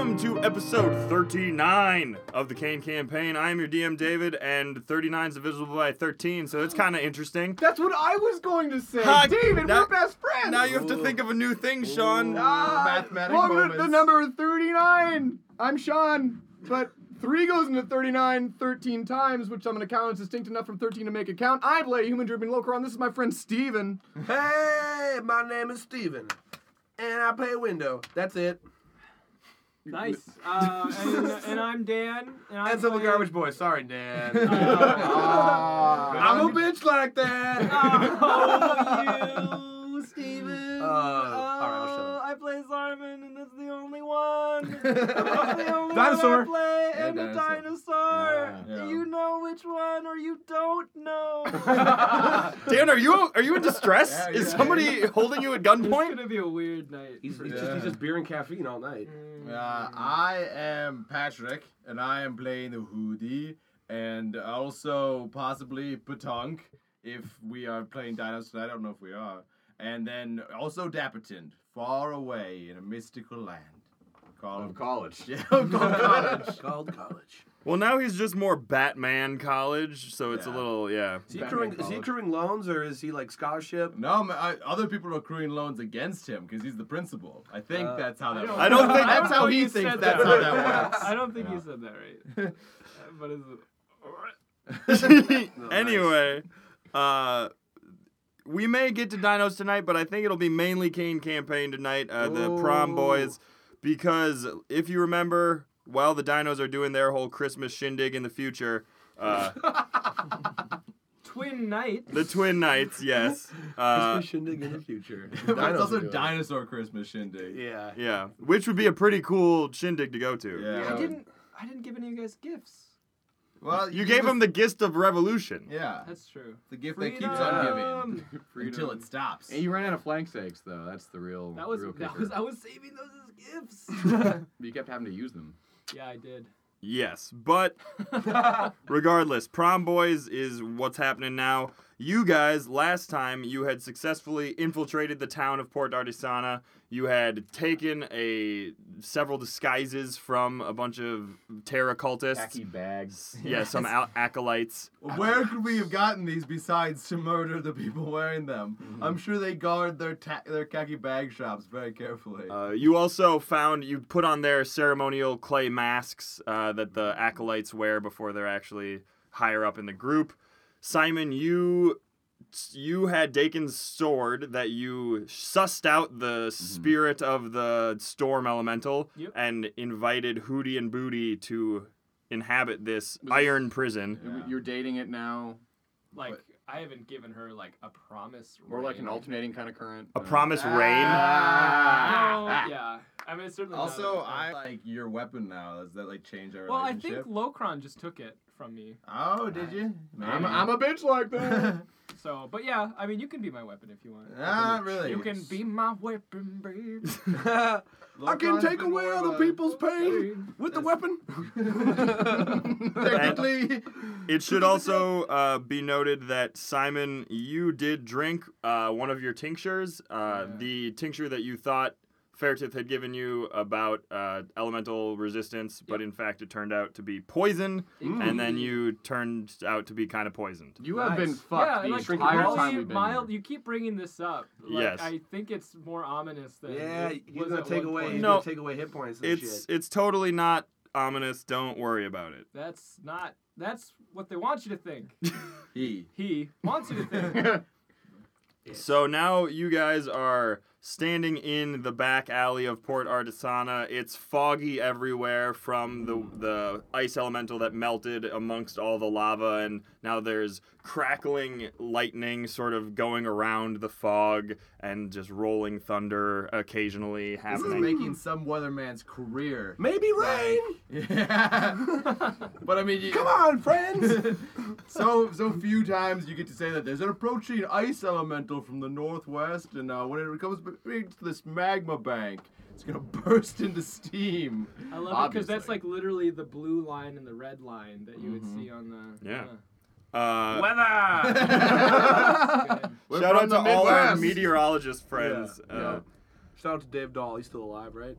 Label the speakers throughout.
Speaker 1: episode 39 of the Kane Campaign. I am your DM, David, and 39 is divisible by 13, so it's kind of interesting.
Speaker 2: That's what I was going to say.
Speaker 1: Ha,
Speaker 2: David,
Speaker 1: now-
Speaker 2: we're best friends.
Speaker 1: Now you have to think of a new thing, Sean.
Speaker 2: ah,
Speaker 3: Mathematic
Speaker 2: welcome to the
Speaker 3: moments.
Speaker 2: number 39. I'm Sean, but 3 goes into 39 13 times, which I'm going to count as distinct enough from 13 to make it count. I play Human Dripping Locaron. This is my friend Steven.
Speaker 3: Hey, my name is Steven. And I play window. That's it.
Speaker 4: Nice. Uh, and, and I'm Dan. And I'm
Speaker 3: And Simple
Speaker 4: playing-
Speaker 3: Garbage Boy. Sorry, Dan.
Speaker 2: Ah.
Speaker 3: I'm a bitch like that.
Speaker 4: Oh, you, Steven. Uh,
Speaker 3: Uh, alright, I'll shut up.
Speaker 4: I play Simon, and that's the only one. That's the only
Speaker 3: Dinosaur.
Speaker 4: one I play,
Speaker 5: Yeah,
Speaker 2: Uh,
Speaker 4: and a
Speaker 5: dinosaur.
Speaker 4: dinosaur.
Speaker 5: Yeah.
Speaker 4: You know which one, or you don't know.
Speaker 1: Dan, are you are you in distress?
Speaker 5: Yeah,
Speaker 1: Is
Speaker 5: yeah.
Speaker 1: somebody holding you at
Speaker 4: It's
Speaker 1: gunpoint?
Speaker 4: gonna be a weird night.
Speaker 3: He's,
Speaker 4: for
Speaker 3: he's
Speaker 4: me.
Speaker 3: just, he's just beer and caffeine all night.
Speaker 5: Uh, I am Patrick, and I am playing the Hoodie, and also possibly Patunk, if we are playing Dinosaur. I don't know if we are. And then also Dapperton, far away in a mystical land. Call
Speaker 2: Of college.
Speaker 5: Yeah, of college.
Speaker 3: Called college.
Speaker 1: Well, now he's just more Batman College, so it's a
Speaker 5: Yeah.
Speaker 1: little yeah.
Speaker 3: Is he,
Speaker 2: Batman
Speaker 3: accruing, is he
Speaker 2: college.
Speaker 3: accruing loans or is he like scholarship?
Speaker 5: No, ma- I, other people are accruing loans against him because he's the principal. I think
Speaker 3: Uh,
Speaker 5: that's how that.
Speaker 1: I don't think-
Speaker 5: that's how
Speaker 4: think
Speaker 5: he
Speaker 4: you
Speaker 5: thinks.
Speaker 4: said
Speaker 5: That's how
Speaker 4: right.
Speaker 5: that works.
Speaker 4: I don't think you
Speaker 5: Yeah.
Speaker 4: said that right. Uh, but it's.
Speaker 3: Oh,
Speaker 1: anyway, uh, we may get to dinos tonight, but I think it'll be mainly Kane campaign tonight, uh, the prom boys, because if you remember, while the dinos are doing their whole Christmas shindig in the future, uh,
Speaker 4: Twin night.
Speaker 1: the twin knights, yes, uh,
Speaker 3: Christmas shindig in the future.
Speaker 5: but
Speaker 3: Dinos are
Speaker 5: it's also
Speaker 3: doing it.
Speaker 5: dinosaur Christmas shindig.
Speaker 3: Yeah.
Speaker 1: yeah, which would be a pretty cool shindig to go to.
Speaker 5: Yeah.
Speaker 4: I didn't. I didn't give any of you guys gifts.
Speaker 5: Well,
Speaker 1: You gave him the gift of revolution.
Speaker 5: Yeah,
Speaker 4: That's true.
Speaker 5: the gift that keeps on
Speaker 4: Freedom.
Speaker 5: giving until it stops.
Speaker 6: And you ran out of flank eggs, though. That's the real.
Speaker 4: That was
Speaker 6: the real
Speaker 4: that
Speaker 6: kicker.
Speaker 4: was I was saving those as gifts.
Speaker 6: You kept having to use them.
Speaker 4: yeah, I did.
Speaker 1: Yes, but Regardless, Prom Boys is what's happening now. You guys, last time you had successfully infiltrated the town of Port Artisana. You had taken a several disguises from a bunch of Terra cultists.
Speaker 6: Tacky bags.
Speaker 1: Yeah, some al- acolytes.
Speaker 5: Where could we have gotten these besides to murder the people wearing them? I'm sure they guard their ta- their khaki bag shops very carefully.
Speaker 1: Uh, you also found you put on their ceremonial clay masks uh, that the acolytes wear before they're actually higher up in the group. Simon, you you had Dakin's sword that you sussed out the spirit of the storm elemental
Speaker 4: Yep.
Speaker 1: and invited Hootie and Booty to inhabit this
Speaker 6: Was-
Speaker 1: iron prison.
Speaker 6: You- You're dating it now,
Speaker 4: Like I haven't given her like a promise.
Speaker 6: or like an
Speaker 4: ring.
Speaker 6: alternating kind of current. Ah.
Speaker 1: A
Speaker 6: I don't know.
Speaker 1: promise rain.
Speaker 4: No,
Speaker 5: Ah.
Speaker 4: yeah. I mean, it's certainly. not
Speaker 5: Also,
Speaker 4: a-
Speaker 5: I like your weapon now. Does that like change our
Speaker 4: Well, I think
Speaker 5: relationship?
Speaker 4: Locron just took it from me.
Speaker 5: Oh, did you?
Speaker 2: I'm, I'm a bitch like that.
Speaker 4: So, but yeah, I mean, you can be my weapon if you want.
Speaker 5: Not Ah, really.
Speaker 4: You can be my weapon, babe.
Speaker 2: I can take away other people's pain
Speaker 4: Babe.
Speaker 2: with the weapon.
Speaker 5: Technically,
Speaker 1: It should also uh, be noted that Simon, you did drink uh, one of your tinctures, uh, the tincture that you thought Fairtith had given you about uh, elemental resistance, but in fact it turned out to be poison,
Speaker 4: Hmm.
Speaker 1: and then you turned out to be kind of poisoned.
Speaker 6: You have been
Speaker 3: Nice.
Speaker 6: fucked the
Speaker 4: yeah, like
Speaker 6: entire
Speaker 4: Molly
Speaker 6: time we've been
Speaker 4: mild.
Speaker 6: here.
Speaker 4: You keep bringing this up. Like,
Speaker 1: Yes.
Speaker 4: I think it's more ominous than.
Speaker 3: Yeah,
Speaker 4: it
Speaker 3: he's
Speaker 4: was
Speaker 3: gonna
Speaker 4: at
Speaker 3: take
Speaker 4: one
Speaker 3: away
Speaker 4: point.
Speaker 3: he's
Speaker 1: No.
Speaker 3: gonna take away hit points and
Speaker 1: It's
Speaker 3: shit.
Speaker 1: it's totally not ominous. Don't worry about it.
Speaker 4: That's not. That's what they want you to think.
Speaker 5: he.
Speaker 4: He wants you to think.
Speaker 1: So now you guys are standing in the back alley of Port Artisana. It's foggy everywhere from the the ice elemental that melted amongst all the lava, and now there's crackling lightning sort of going around the fog and just rolling thunder occasionally
Speaker 5: This is
Speaker 1: happening.
Speaker 5: making some weatherman's career.
Speaker 3: Maybe rain.
Speaker 5: Yeah. but I mean, you,
Speaker 3: Come on, friends.
Speaker 5: so so few times you get to say that there's an approaching ice elemental from the northwest, and uh, when it comes between to this magma bank, it's gonna burst into steam.
Speaker 4: I love it because that's like literally the blue line and the red line that you would see on the.
Speaker 1: Mm-hmm. Yeah. Uh,
Speaker 4: yeah.
Speaker 5: We're
Speaker 1: shout out
Speaker 5: from
Speaker 1: to
Speaker 5: the
Speaker 1: all our
Speaker 5: Midwest.
Speaker 1: meteorologist friends.
Speaker 3: Yeah.
Speaker 1: Uh,
Speaker 3: Shout out to Dave Dahl. He's still alive, right?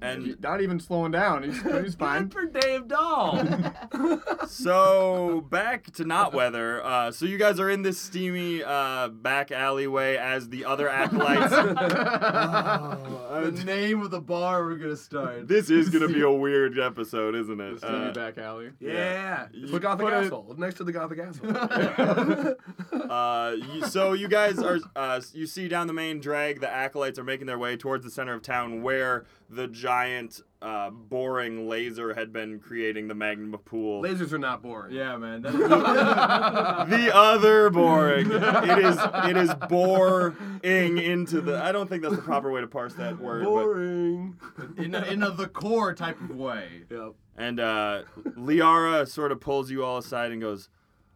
Speaker 1: And
Speaker 2: Not even slowing down. He's, he's fine.
Speaker 3: Good for Dave Dahl.
Speaker 1: so back to not weather. Uh, so you guys are in this steamy uh, back alleyway as the other acolytes.
Speaker 5: the name of the bar we're gonna start.
Speaker 1: this is gonna be a weird episode, isn't
Speaker 6: The
Speaker 1: it?
Speaker 6: steamy
Speaker 1: Uh,
Speaker 6: back alley.
Speaker 3: yeah.
Speaker 1: You
Speaker 3: The Gothic
Speaker 1: put it-
Speaker 3: Asshole. Next to the Gothic Asshole.
Speaker 1: Uh, you, so you guys are uh, you see down the main drag the acolytes are making their way towards the center of town where the giant uh, boring laser had been creating the magma pool.
Speaker 3: Lasers are not boring.
Speaker 5: yeah, man. That's,
Speaker 1: the other boring. It is it is boring into the. I don't think that's the proper way to parse that word. But,
Speaker 3: Boring.
Speaker 5: in a, in a the core type of way.
Speaker 3: Yep.
Speaker 1: and uh, Liara sort of pulls you all aside and goes,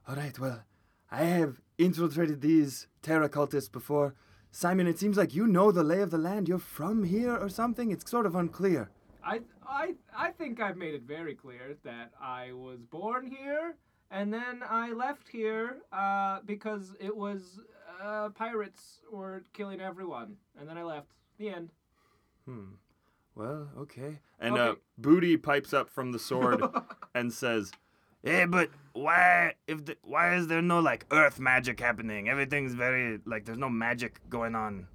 Speaker 1: "All right, well, I have infiltrated these Terra cultists before. Simon, it seems like you know the lay of the land. You're from here or something. It's sort of unclear."
Speaker 4: I, I, I think I've made it very clear that I was born here and then I left here uh, because it was uh, pirates were killing everyone. And then I left. The end.
Speaker 1: Well, okay. And uh,
Speaker 4: Okay.
Speaker 1: Booty pipes up from the sword and says,
Speaker 7: Yeah, but why if the, why is there no like earth magic happening? Everything's very like there's no magic going on.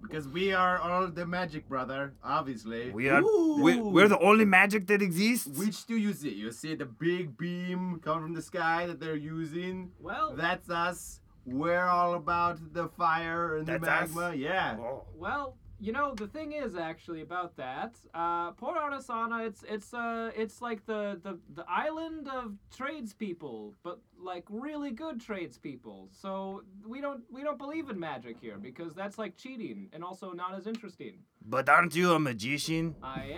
Speaker 5: Because we are all the magic brother, obviously.
Speaker 7: We are we, we're the only magic that exists.
Speaker 5: Which do you see? You see the big beam coming from the sky that they're using?
Speaker 4: Well,
Speaker 5: That's us. We're all about the fire and the
Speaker 7: That's us.
Speaker 5: magma. Yeah.
Speaker 7: Oh.
Speaker 4: Well, you know the thing is actually about that. Uh, Port Artisana, it's it's uh it's like the the the island of tradespeople, but like really good tradespeople. So we don't we don't believe in magic here because that's like cheating and also not as interesting.
Speaker 7: But aren't you a magician?
Speaker 4: I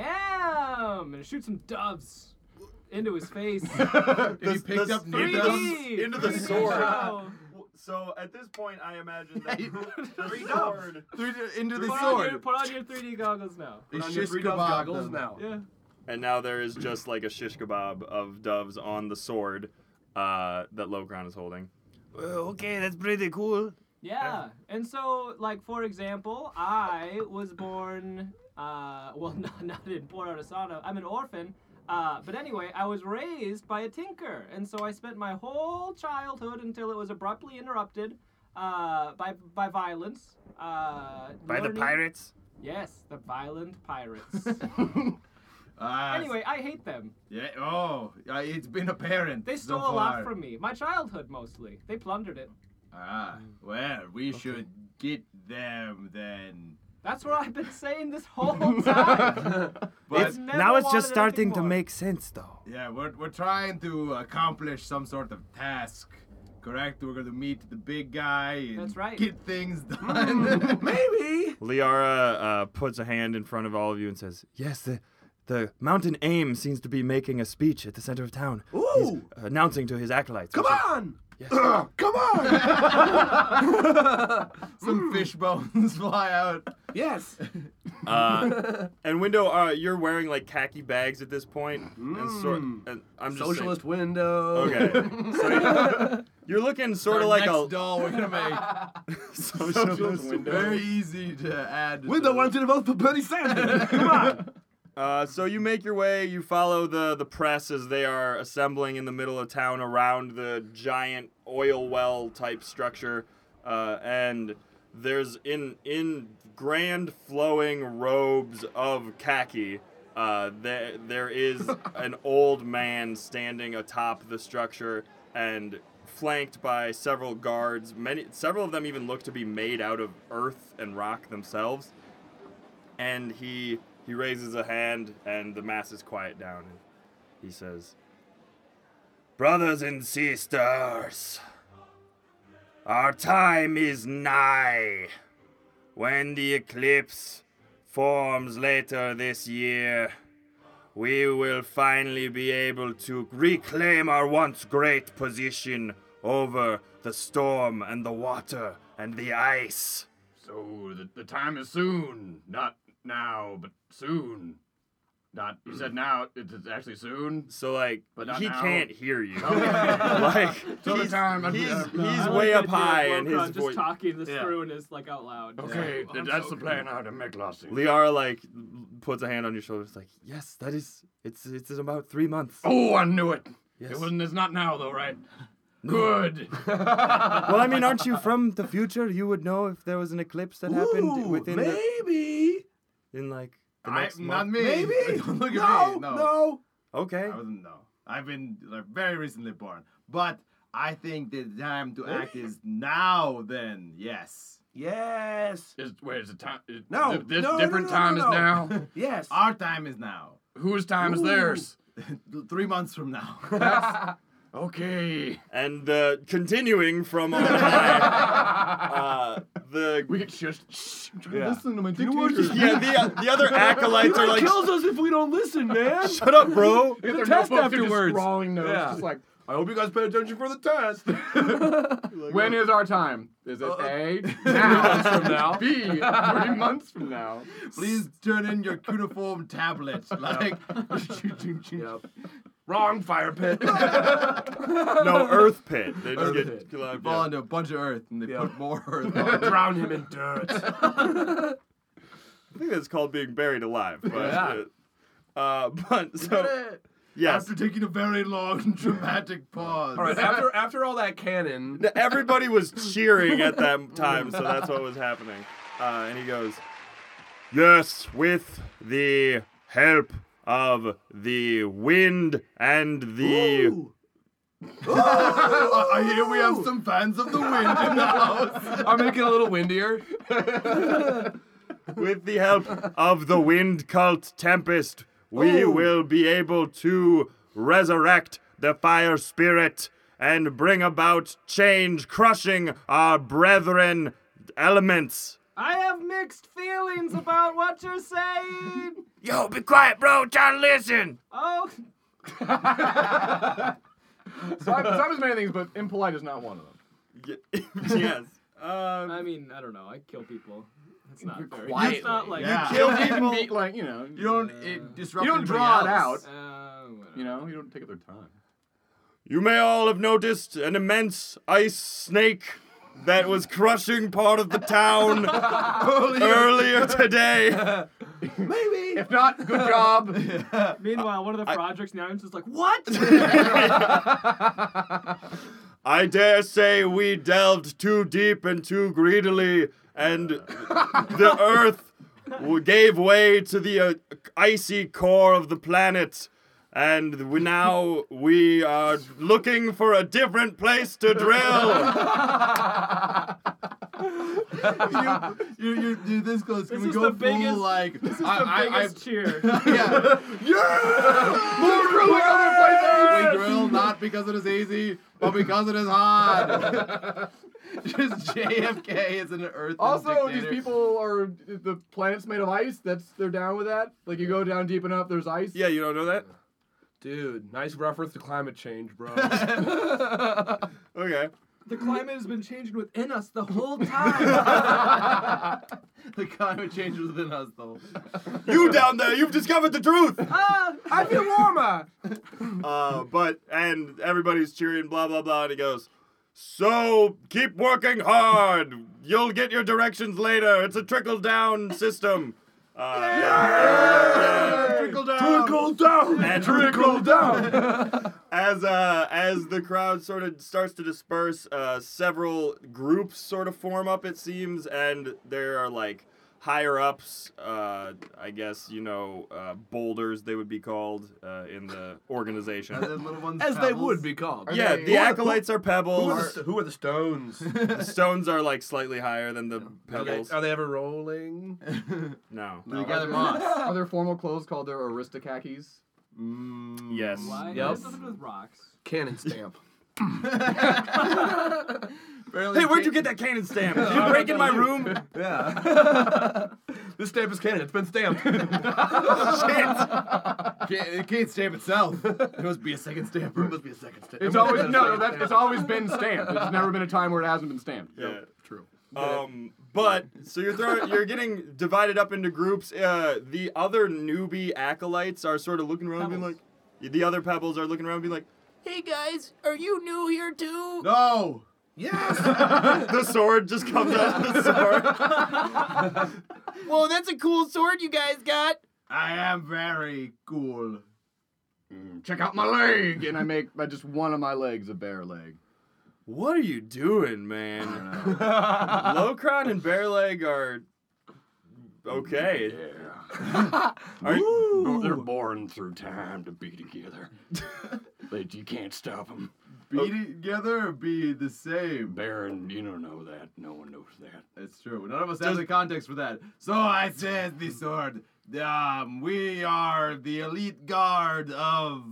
Speaker 4: am and shoot some doves into his face.
Speaker 5: If you picked up
Speaker 1: Into
Speaker 5: Nick
Speaker 1: the-
Speaker 5: Dobbs-
Speaker 4: 3D.
Speaker 1: into the
Speaker 4: 3D
Speaker 1: sword.
Speaker 4: show.
Speaker 1: So at this point, I imagine that the
Speaker 5: doves.
Speaker 1: sword.
Speaker 5: through the- into the
Speaker 4: Put on, your,
Speaker 5: sword.
Speaker 4: put on your 3D goggles now.
Speaker 5: It's
Speaker 3: on your
Speaker 5: shish
Speaker 3: three doves
Speaker 5: kebab
Speaker 3: goggles
Speaker 5: them.
Speaker 3: now.
Speaker 4: Yeah.
Speaker 1: And now there is just like a shish kebab of doves on the sword uh, that Logron is holding.
Speaker 7: Well, okay, that's pretty cool.
Speaker 4: Yeah. And so, like, for example, I was born, uh, well, not, not in Port Artisano. I'm an orphan. Uh, but anyway, I was raised by a tinker. And so I spent my whole childhood until it was abruptly interrupted uh, by, by violence. Uh,
Speaker 7: By the
Speaker 4: learning-
Speaker 7: pirates.
Speaker 4: Yes, the violent pirates.
Speaker 5: Ah,
Speaker 4: anyway, I hate them.
Speaker 5: Yeah. Oh, uh, it's been apparent.
Speaker 4: They
Speaker 5: so
Speaker 4: stole a lot
Speaker 5: far.
Speaker 4: from me. My childhood, mostly. They plundered it.
Speaker 5: Ah, well, we should get them then.
Speaker 4: That's what I've been saying this whole time.
Speaker 5: But
Speaker 4: It's never
Speaker 7: Now it's
Speaker 4: wanted
Speaker 7: just starting
Speaker 4: anything
Speaker 7: to
Speaker 4: more.
Speaker 7: make sense, though.
Speaker 5: yeah, we're we're trying to accomplish some sort of task. Correct. We're going to meet the big guy. And
Speaker 4: That's right. Mm.
Speaker 5: Get things done.
Speaker 3: Maybe.
Speaker 1: Liara uh, puts a hand in front of all of you and says, Yes, the, the mountain aim seems to be making a speech at the center of town. He's
Speaker 3: Ooh.
Speaker 1: announcing to his acolytes.
Speaker 3: Come
Speaker 1: which is-
Speaker 3: on. Come on.
Speaker 5: Some fish bones fly out.
Speaker 3: yes.
Speaker 1: Uh, and Window, uh, you're wearing like khaki bags at this point. And sort, and I'm just
Speaker 3: Socialist window.
Speaker 1: Saying, okay. So you're- you're looking sort of
Speaker 5: Our
Speaker 1: like
Speaker 5: next
Speaker 1: a
Speaker 5: doll we're gonna make.
Speaker 1: socialist
Speaker 5: Very easy to add.
Speaker 3: Window wants you to vote for Bernie Sanders. Come on.
Speaker 1: Uh, so you make your way. You follow the the press as they are assembling in the middle of town around the giant oil well type structure, uh, and there's in in grand flowing robes of khaki. Uh, there there is an old man standing atop the structure and flanked by several guards. Many several of them even look to be made out of earth and rock themselves and he he raises a hand and the masses quiet down and he says
Speaker 7: Brothers and sisters, our time is nigh. When the eclipse forms later this year, we will finally be able to reclaim our once great position over the storm and the water and the ice.
Speaker 6: So the, the time is soon. Not now, but soon. Not you
Speaker 3: Mm.
Speaker 6: said now. It's it's actually soon.
Speaker 1: So like
Speaker 6: But not
Speaker 1: he
Speaker 6: now.
Speaker 1: can't hear you.
Speaker 6: Okay.
Speaker 1: like
Speaker 6: Till the
Speaker 1: he's,
Speaker 6: time I'm-
Speaker 1: he's,
Speaker 6: uh,
Speaker 1: he's
Speaker 6: no,
Speaker 4: I like
Speaker 1: way
Speaker 4: the
Speaker 1: up
Speaker 4: idea of
Speaker 1: high and
Speaker 4: Lokron
Speaker 1: his
Speaker 4: just
Speaker 1: voice.
Speaker 4: talking this
Speaker 6: Yeah.
Speaker 4: through and it's like out loud.
Speaker 6: Okay,
Speaker 4: Yeah. I'm
Speaker 6: that's
Speaker 4: so
Speaker 6: the plan how to make losses.
Speaker 1: Liara like puts a hand on your shoulder. It's like yes, that is. It's it's in about three months.
Speaker 6: Oh, I knew it.
Speaker 1: yes.
Speaker 6: It wasn't. It's not now though, right? Good.
Speaker 1: well, I mean, aren't you from the future? You would know if there was an eclipse that happened
Speaker 3: Ooh,
Speaker 1: within the,
Speaker 3: maybe.
Speaker 1: in like the
Speaker 5: I,
Speaker 1: next
Speaker 5: not
Speaker 1: month.
Speaker 5: me.
Speaker 3: Maybe.
Speaker 5: Don't look at
Speaker 3: no,
Speaker 5: me. No.
Speaker 3: no.
Speaker 1: Okay.
Speaker 5: I wasn't. No. I've been like, very recently born, but I think the time to act is now. Then yes,
Speaker 3: Yes.
Speaker 6: Is, wait, is it time? Is,
Speaker 3: No,
Speaker 6: th- This
Speaker 3: no, no,
Speaker 6: different
Speaker 3: no,
Speaker 6: time
Speaker 3: no,
Speaker 6: is now.
Speaker 3: Yes.
Speaker 5: our time is now.
Speaker 6: Whose time is
Speaker 3: Ooh.
Speaker 6: theirs?
Speaker 5: Three months from now.
Speaker 6: Okay.
Speaker 1: And uh, continuing from on high, uh, the
Speaker 6: We can just. Shh, I'm trying to-
Speaker 2: Listen to my dictator.
Speaker 1: yeah the, uh, the other acolytes are like
Speaker 3: kills us if we don't listen, man.
Speaker 1: shut up, bro.
Speaker 3: It's
Speaker 6: their notebook, they're
Speaker 3: a test
Speaker 6: just
Speaker 3: afterwards.
Speaker 2: Drawing notes,
Speaker 3: Yeah.
Speaker 2: just like
Speaker 3: I hope you guys paid attention for the test.
Speaker 2: when is our time? Is it
Speaker 3: Uh,
Speaker 2: A? Now from now. B? Three months from now.
Speaker 5: Please turn in your cuneiform tablet. Like,
Speaker 3: Yep. Wrong fire pit.
Speaker 1: No earth pit. They just
Speaker 5: Earth
Speaker 1: get
Speaker 5: pit.
Speaker 1: yeah.
Speaker 5: fall into a bunch of earth and they
Speaker 3: Yeah.
Speaker 5: put more earth on.
Speaker 3: Drown him in dirt.
Speaker 1: I think that's called being buried alive. But,
Speaker 3: Yeah.
Speaker 1: Uh, but so yes,
Speaker 5: After taking a very long, dramatic pause.
Speaker 3: All right. After after all that cannon,
Speaker 1: everybody was cheering at that time, so that's what was happening. Uh, and he goes, "Yes, with the help of the wind and the
Speaker 5: Uh, I hear we have some fans of the wind in the house.
Speaker 3: I'll make it a little windier.
Speaker 1: with the help of the wind cult tempest, we will be able to resurrect the fire spirit and bring about change, crushing our brethren elements."
Speaker 4: I have mixed feelings about what you're saying.
Speaker 1: Yo, be quiet, bro. Try to listen.
Speaker 4: Oh,
Speaker 2: Simon, Simon's many things, but impolite is not one of them.
Speaker 1: yes. Um,
Speaker 4: I mean, I don't know. I kill people. It's not very.
Speaker 5: quietly,
Speaker 4: It's not like.
Speaker 5: yeah.
Speaker 1: kill
Speaker 2: You
Speaker 1: people.
Speaker 2: can meet, like you know.
Speaker 5: You don't it disrupt
Speaker 2: You don't
Speaker 5: anybody
Speaker 2: draw it out.
Speaker 5: else.
Speaker 4: Uh, whatever.
Speaker 6: You know, you don't take up their time.
Speaker 1: You may all have noticed an immense ice snake that was crushing part of the town earlier today.
Speaker 3: Maybe.
Speaker 2: If not, good job.
Speaker 4: Meanwhile, one of the projects now is just like, what?
Speaker 1: I dare say we delved too deep and too greedily, and the earth w- gave way to the uh, icy core of the planet. And we now we are looking for a different place to drill.
Speaker 5: You, you, you, this goes. Can
Speaker 4: This
Speaker 5: we
Speaker 4: is
Speaker 5: go
Speaker 4: the
Speaker 5: full
Speaker 4: biggest-
Speaker 5: like?
Speaker 4: this is the
Speaker 5: I, I, I,
Speaker 4: biggest cheer.
Speaker 5: yeah.
Speaker 2: Other
Speaker 5: We grill not because it is easy, but because it is hard. Just JFK is an earth.
Speaker 2: Also, these people are the planet's made of ice. That's they're down with that. Like you go down deep enough, there's ice.
Speaker 1: yeah, you don't know that?
Speaker 3: Dude, nice reference to climate change, bro.
Speaker 1: Okay.
Speaker 4: The climate has been changing within us the whole time.
Speaker 5: the climate change was within us, though.
Speaker 1: You down there, you've discovered the truth.
Speaker 4: Ah,
Speaker 3: I feel warmer.
Speaker 1: Uh, but and everybody's cheering, blah blah blah, and he goes, "So keep working hard. You'll get your directions later. It's a trickle down system." Uh,
Speaker 5: Trickle down.
Speaker 3: down.
Speaker 1: And
Speaker 3: Trickle down.
Speaker 1: as uh, as the crowd sort of starts to disperse, uh, several groups sort of form up. It seems, and there are like higher ups. Uh, I guess you know uh, boulders they would be called uh, in the organization.
Speaker 5: The little ones
Speaker 3: As they
Speaker 5: pebbles.
Speaker 3: would be called.
Speaker 1: yeah, the acolytes are
Speaker 3: Who
Speaker 1: pebbles.
Speaker 3: are the, who are the stones?
Speaker 1: The stones are like slightly higher than the pebbles.
Speaker 3: Are they ever rolling?
Speaker 1: No.
Speaker 5: They gather moss.
Speaker 2: Are there formal clothes called their aristocakis?
Speaker 5: Mm.
Speaker 1: um, Yes.
Speaker 4: why?
Speaker 3: Yep.
Speaker 4: It has nothing to do with rocks.
Speaker 3: Cannon stamp.
Speaker 5: Apparently
Speaker 1: Hey, where'd you get
Speaker 5: Kate-
Speaker 1: that cannon stamp? Did you break in my room?
Speaker 3: Yeah. this stamp is cannon. It's been stamped.
Speaker 5: Can't, it can't stamp itself. It must be a second stamper. It must be a second stamp.
Speaker 2: It's always no, no. That, it's always been stamped. There's never been a time where it hasn't been stamped.
Speaker 1: Yeah.
Speaker 5: True.
Speaker 1: Um, but so you're throwing, you're getting divided up into groups. Uh, the other newbie acolytes are sort of looking around,
Speaker 4: Pebbles.
Speaker 1: being like, the other pebbles are looking around, being like,
Speaker 8: Hey guys, are you new here too?
Speaker 5: No!
Speaker 3: Yes.
Speaker 1: the sword just comes out of the sword.
Speaker 8: Whoa, that's a cool sword you guys got.
Speaker 5: I am very cool.
Speaker 2: Mm, Check out my leg, and I make I just one of my legs a bear leg.
Speaker 1: What are you doing, man? Locron and Bearleg are okay. Are you-
Speaker 6: Bo- They're born through time to be together. they, you can't stop them.
Speaker 5: Be together or be the same.
Speaker 6: Baron, you don't know that. No one knows that.
Speaker 5: That's true. None of us have the context for that. So I says the sword. Um, we are the elite guard of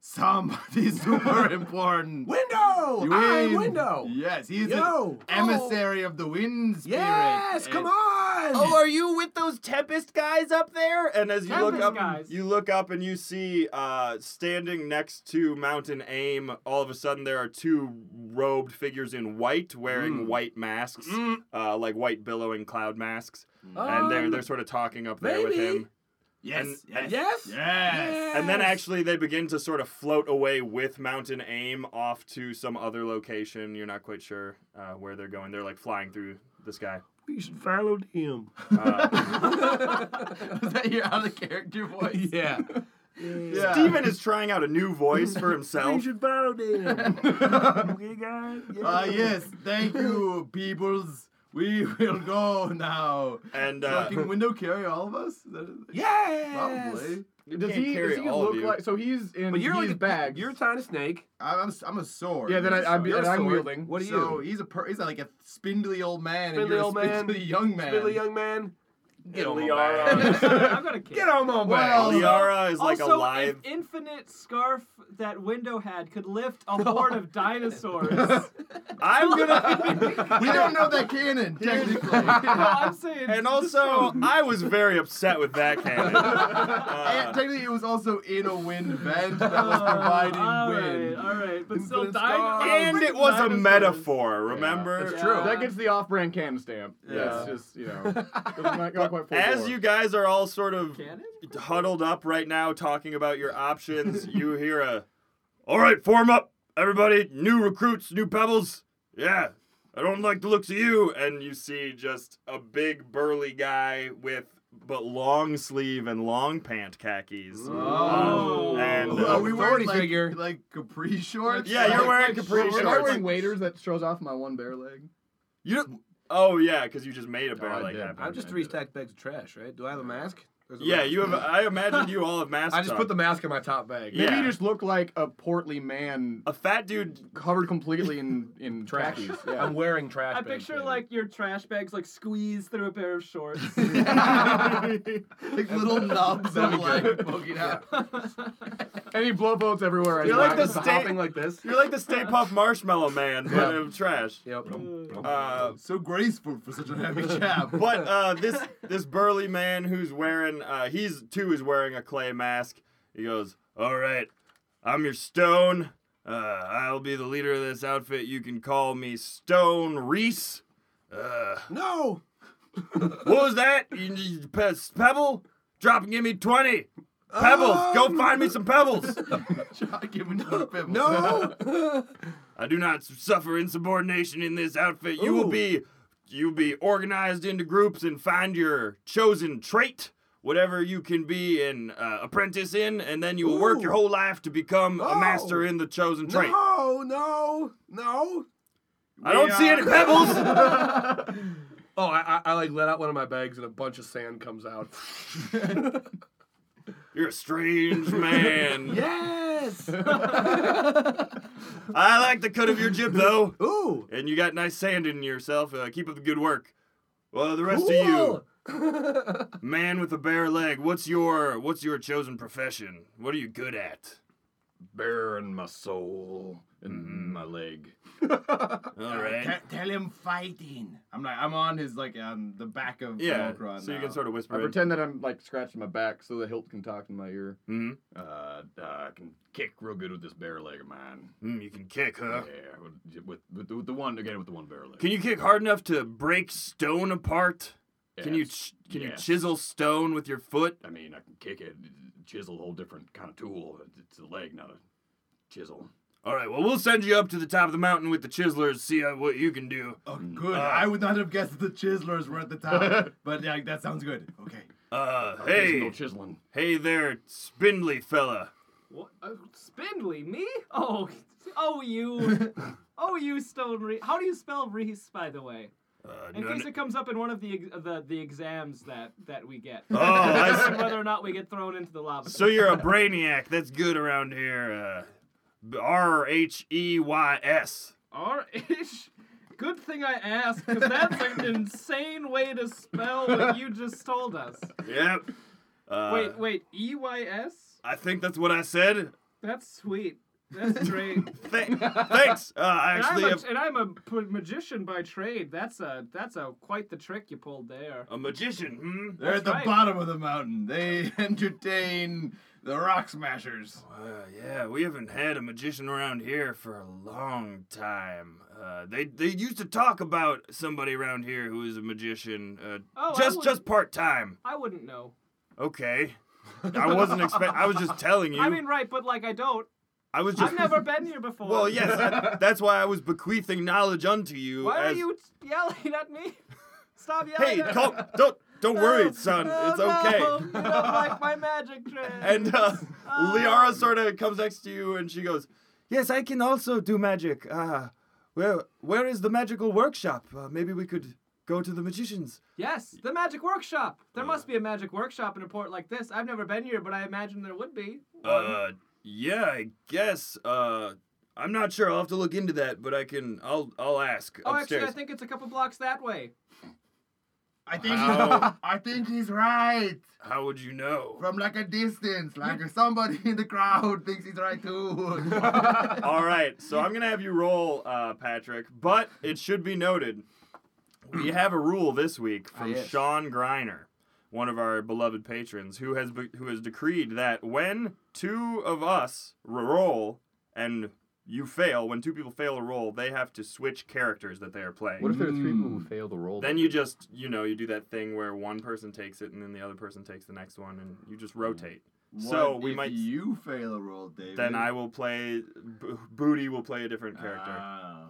Speaker 5: somebody super important.
Speaker 3: window. I'm
Speaker 5: Wind-
Speaker 3: window.
Speaker 5: Yes, he's
Speaker 3: Yo.
Speaker 5: an emissary of the wind spirit.
Speaker 3: Yes. Come
Speaker 5: And-
Speaker 3: on.
Speaker 1: uh,
Speaker 8: Oh, are you with those Tempest guys up there?
Speaker 1: And as you look
Speaker 4: Tempest
Speaker 1: up,
Speaker 4: guys.
Speaker 1: you look up and you see uh, standing next to Mountain Aim. All of a sudden, there are two robed figures in white,
Speaker 4: Mm.
Speaker 1: wearing white masks, uh, like white billowing cloud masks, and
Speaker 4: Um,
Speaker 3: Um,
Speaker 1: they're they're sort of talking up there with
Speaker 3: maybe.
Speaker 1: him.
Speaker 5: Yes,
Speaker 1: And-
Speaker 5: yes,
Speaker 3: Yes?
Speaker 5: yes.
Speaker 1: And then actually, they begin to sort of float away with Mountain Aim off to some other location. You're not quite sure uh, where they're going. They're like flying through the sky. Uh,
Speaker 3: we should follow him.
Speaker 5: Is that your out of character voice?
Speaker 3: Yeah.
Speaker 5: yeah.
Speaker 1: Steven is trying out a new voice for
Speaker 3: we
Speaker 1: himself.
Speaker 3: should follow him. okay, guys. Yeah.
Speaker 5: Uh, yes, thank you, peoples. We will go now.
Speaker 1: And
Speaker 5: So
Speaker 1: uh,
Speaker 5: can window carry all of us? Is that a thing?
Speaker 3: Yes.
Speaker 5: Probably.
Speaker 2: Does
Speaker 1: can't
Speaker 2: he,
Speaker 1: carry
Speaker 2: does he
Speaker 1: all of
Speaker 2: look
Speaker 1: you.
Speaker 2: like? So he's in.
Speaker 3: But you're
Speaker 2: he's
Speaker 3: like a,
Speaker 2: bags.
Speaker 3: You're a tiny snake.
Speaker 5: I- I'm, s- I'm a sword.
Speaker 2: yeah. Then I, I'm,
Speaker 5: You're a
Speaker 2: and I'm
Speaker 5: sword.
Speaker 2: wielding.
Speaker 3: What are
Speaker 5: So
Speaker 3: you?
Speaker 5: he's a per- he's like a spindly old man,
Speaker 3: Spindly
Speaker 5: and you're
Speaker 3: old
Speaker 5: a
Speaker 3: man.
Speaker 5: spindly young man.
Speaker 3: Little young man.
Speaker 5: Get on,
Speaker 1: Liara.
Speaker 5: man.
Speaker 4: I've got a kid.
Speaker 5: Get on, my
Speaker 1: Well,
Speaker 5: man.
Speaker 1: Liara is like a
Speaker 4: also,
Speaker 1: live.
Speaker 4: if infinite scarf that window had could lift a horde of dinosaurs. no,
Speaker 1: I'm gonna.
Speaker 5: we don't know that canon technically.
Speaker 4: I'm saying.
Speaker 1: and also, I was very upset with that cannon.
Speaker 5: and
Speaker 1: Uh,
Speaker 5: technically, it was also in a wind vent that was
Speaker 4: Uh,
Speaker 5: providing
Speaker 4: all
Speaker 5: wind.
Speaker 4: right, all right, but still,
Speaker 5: Infinite
Speaker 4: dino- Oh,
Speaker 5: scarf.
Speaker 1: and it was a metaphor, remember?
Speaker 4: That's true.
Speaker 2: That gets the off-brand can stamp.
Speaker 5: Yeah.
Speaker 2: It's just you know. doesn't quite- not quite full
Speaker 1: As
Speaker 2: bore.
Speaker 1: you guys are all sort of
Speaker 4: Cannon?
Speaker 1: huddled up right now talking about your options, you hear a, all right, form up, everybody, new recruits, new pebbles. Yeah, I don't like the looks of you. And you see just a big burly guy with but long sleeve and long pant khakis.
Speaker 4: Oh.
Speaker 1: And
Speaker 5: Are we
Speaker 3: Authority
Speaker 5: wearing like,
Speaker 3: figure.
Speaker 5: like capri shorts?
Speaker 1: Yeah, you're
Speaker 5: Like,
Speaker 1: wearing capri
Speaker 2: Am I
Speaker 1: shorts.
Speaker 2: wearing waders that shows off my one bear leg?
Speaker 1: You don't- oh yeah, because you just made a bear
Speaker 5: I
Speaker 1: like
Speaker 5: did.
Speaker 1: that.
Speaker 3: I'm just three stacked bags of trash, right? Do I have a mask? There's a
Speaker 1: Yeah,
Speaker 3: mask.
Speaker 1: you have. I imagined you all have masks.
Speaker 3: I just
Speaker 1: on.
Speaker 3: put the mask in my top bag.
Speaker 1: Yeah.
Speaker 2: Maybe you just look like a portly man
Speaker 1: A fat dude.
Speaker 2: covered completely in in
Speaker 3: Trash.
Speaker 2: khakis.
Speaker 3: I'm
Speaker 2: Yeah.
Speaker 3: wearing trash.
Speaker 4: I
Speaker 3: bags,
Speaker 4: picture
Speaker 3: baby.
Speaker 4: like your trash bags like squeezed through a pair of shorts.
Speaker 5: like little knobs of like poking out.
Speaker 2: Any blowboats everywhere? I
Speaker 1: You're
Speaker 2: do.
Speaker 1: like
Speaker 2: I'm
Speaker 1: the
Speaker 2: just
Speaker 1: state-
Speaker 2: hopping like this.
Speaker 1: You're like the Stay Puft Marshmallow Man, but
Speaker 3: Yeah.
Speaker 1: of trash.
Speaker 3: Yep.
Speaker 1: Uh,
Speaker 5: So graceful for such a heavy chap.
Speaker 1: but uh, this this burly man who's wearing uh, he's too is wearing a clay mask. He goes, "All right, I'm your Stone. Uh, I'll be the leader of this outfit. You can call me Stone Reese. Uh,
Speaker 3: No.
Speaker 1: What was that? You- you- pe- Pebble? Drop and give me 20. Pebbles, go find me some pebbles.
Speaker 5: give him another pebble.
Speaker 3: No.
Speaker 1: I do not suffer insubordination in this outfit. You will
Speaker 3: Ooh.
Speaker 1: be you'll be organized into groups and find your chosen trait, whatever you can be an uh, apprentice in, and then you will work your
Speaker 3: Ooh.
Speaker 1: whole life to become a
Speaker 3: No.
Speaker 1: master in the chosen trait.
Speaker 3: no. No. No.
Speaker 1: I don't see any pebbles.
Speaker 3: Oh, I, I, I like let out one of my bags and a bunch of sand comes out.
Speaker 1: You're a strange man.
Speaker 3: yes.
Speaker 1: I like the cut of your jib though.
Speaker 3: Ooh.
Speaker 1: and you got nice sand in yourself. Uh, keep up the good work. Well, the rest of you, man with a bare leg, what's your what's your chosen profession? What are you good at?
Speaker 6: Bear in my soul. and my leg.
Speaker 3: Uh,
Speaker 7: All right.
Speaker 5: Te- tell him fighting. I'm like I'm on his like
Speaker 6: um,
Speaker 5: on the back of
Speaker 1: Yeah,
Speaker 5: Velcro
Speaker 1: so you
Speaker 5: now.
Speaker 1: can sort of whisper
Speaker 2: I
Speaker 1: it.
Speaker 2: pretend that I'm like scratching my back so the hilt can talk in my ear.
Speaker 7: Mm,
Speaker 6: Uh, I can kick real good with this bare leg of mine.
Speaker 7: mm, you can kick,
Speaker 2: Uh.
Speaker 7: huh?
Speaker 6: Yeah, with, with, with, the- with the one again with the one bare leg.
Speaker 7: Can you kick hard enough to break stone apart? Can you
Speaker 6: Yes.
Speaker 7: ch- can you
Speaker 6: Yes.
Speaker 7: chisel stone with your foot?
Speaker 6: I mean, I can kick it, chisel, a whole different kind of tool. It's a leg, not a chisel.
Speaker 7: All right. Well, we'll send you up to the top of the mountain with the chiselers. See uh, what you can do.
Speaker 5: Oh,
Speaker 1: Mm.
Speaker 5: good.
Speaker 1: Ah.
Speaker 5: I would not have guessed that the chiselers were at the top, but like that sounds good. Okay.
Speaker 7: Uh,
Speaker 6: no
Speaker 7: hey,
Speaker 6: chiseling.
Speaker 7: hey there, spindly fella.
Speaker 4: What? Uh, spindly? Me? Oh, oh you, oh you stone Reese. How do you spell Reese, by the way?
Speaker 7: Uh,
Speaker 4: In
Speaker 7: no-
Speaker 4: case it comes up in one of the ex- the, the exams that that we get,
Speaker 7: oh, I
Speaker 4: And
Speaker 7: see.
Speaker 4: whether or not we get thrown into the lava.
Speaker 7: so you're a brainiac. That's good around here. Uh, R H E Y S.
Speaker 4: R H. Good thing I asked, because that's an insane way to spell what you just told us.
Speaker 7: Yep. Uh,
Speaker 4: Wait, wait, E Y S?
Speaker 7: I think that's what I said.
Speaker 4: That's sweet. That's great.
Speaker 7: Th- thanks. Uh, I
Speaker 4: and, I'm
Speaker 7: actually
Speaker 4: a,
Speaker 7: have
Speaker 4: and I'm a p- magician by trade. That's a that's a quite the trick you pulled there.
Speaker 7: a magician. Hmm.
Speaker 5: They're at the
Speaker 4: right.
Speaker 5: bottom of the mountain. They entertain the rock smashers.
Speaker 7: Uh, yeah, we haven't had a magician around here for a long time. Uh, they they used to talk about somebody around here who is a magician, uh,
Speaker 4: Oh, I
Speaker 7: just
Speaker 4: would-
Speaker 7: just part time.
Speaker 4: I wouldn't know.
Speaker 7: Okay, I wasn't expect. I was just telling you.
Speaker 4: I mean, right, but like I don't.
Speaker 7: I was just.
Speaker 4: I've never been here before.
Speaker 7: Well, yes, that- that's why I was bequeathing knowledge unto you.
Speaker 4: Why are
Speaker 7: as-
Speaker 4: you yelling at me? Stop yelling.
Speaker 7: Hey,
Speaker 4: at me.
Speaker 7: don't don't don't
Speaker 4: No,
Speaker 7: worry, son.
Speaker 4: no,
Speaker 7: it's
Speaker 4: no,
Speaker 7: okay.
Speaker 4: You don't like my magic trick.
Speaker 7: And uh,
Speaker 4: Oh.
Speaker 7: Liara sort of comes next to you and she goes, Yes, I can also do magic. Uh, where, where is the magical workshop? Uh, maybe we could go to the magicians.
Speaker 4: yes, the magic workshop. There must be a magic workshop in a port like this. I've never been here, but I imagine there would be.
Speaker 7: Uh, yeah, I guess. Uh, I'm not sure. I'll have to look into that, but I can. I'll I'll ask
Speaker 4: oh,
Speaker 7: upstairs.
Speaker 4: actually, I think it's a couple blocks that way.
Speaker 5: I think I think he's right.
Speaker 7: How would you know?
Speaker 5: From like a distance, like somebody in the crowd thinks he's right too.
Speaker 1: All right, so I'm gonna have you roll, uh, Patrick. But it should be noted, we have a rule this week from
Speaker 5: Ah, yes.
Speaker 1: Sean Griner, one of our beloved patrons, who has be- who has decreed that when two of us r- roll and you fail, when two people fail a roll, they have to switch characters that they are playing.
Speaker 9: What if there are three people who fail the roll?
Speaker 1: then you just, you know, you do that thing where one person takes it and then the other person takes the next one, and you just rotate. So
Speaker 5: Mm. What
Speaker 1: we
Speaker 5: if
Speaker 1: might.
Speaker 5: you fail a roll, David.
Speaker 1: Then I will play. B- Booty will play a different character.
Speaker 5: Ah.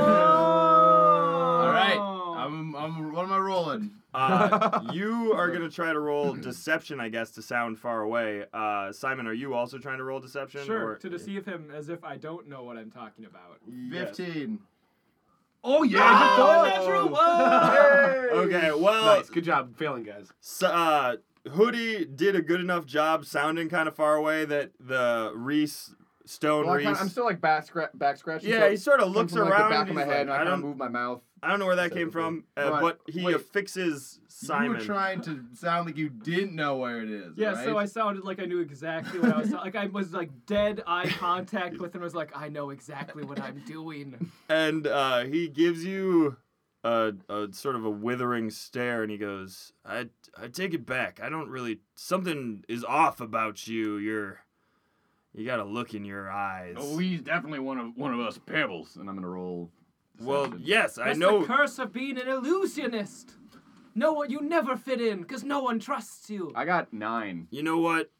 Speaker 4: All
Speaker 5: All right,
Speaker 4: Oh.
Speaker 5: I'm, I'm. What am I rolling?
Speaker 1: Uh, you are gonna try to roll deception, I guess, to sound far away. Uh, Simon, are you also trying to roll deception?
Speaker 4: Sure,
Speaker 1: or-
Speaker 4: to deceive him as if I don't know what I'm talking about.
Speaker 1: Yes.
Speaker 5: Fifteen. Ah!
Speaker 3: Oh yeah,
Speaker 4: Oh, natural one!
Speaker 1: Okay, well,
Speaker 3: Nice, good job failing, guys.
Speaker 1: s- uh, Hoodie did a good enough job sounding kind of far away that the Reese Stone
Speaker 2: Well, I
Speaker 1: Reese.
Speaker 2: kinda, I'm still like back, scra- back scratching.
Speaker 1: yeah,
Speaker 2: so
Speaker 1: he sort of
Speaker 2: it
Speaker 1: looks
Speaker 2: comes from,
Speaker 1: around.
Speaker 2: Like, the back
Speaker 1: he's
Speaker 2: of my head, and
Speaker 1: like,
Speaker 2: I,
Speaker 1: I
Speaker 2: kinda
Speaker 1: don't,
Speaker 2: move my mouth.
Speaker 1: I don't know where that came
Speaker 2: Exactly.
Speaker 1: from, uh,
Speaker 2: Right,
Speaker 1: but he
Speaker 2: wait.
Speaker 1: affixes
Speaker 5: You
Speaker 1: Simon.
Speaker 5: were trying to sound like you didn't know where it is.
Speaker 4: Yeah,
Speaker 5: right?
Speaker 4: so I sounded like I knew exactly what I was like I was like dead eye contact with him. I was like, I know exactly what I'm doing.
Speaker 1: and uh, he gives you a, a sort of a withering stare, and he goes, "I I take it back. I don't really. Something is off about you. You're you got a look in your eyes.
Speaker 6: Oh, he's definitely one of one of us pebbles, and I'm gonna roll.
Speaker 7: Well,
Speaker 6: deception.
Speaker 7: yes, I
Speaker 4: That's
Speaker 7: know.
Speaker 4: the curse of being an illusionist. No one you never fit in because no one trusts you.
Speaker 9: I got nine.
Speaker 7: you know what?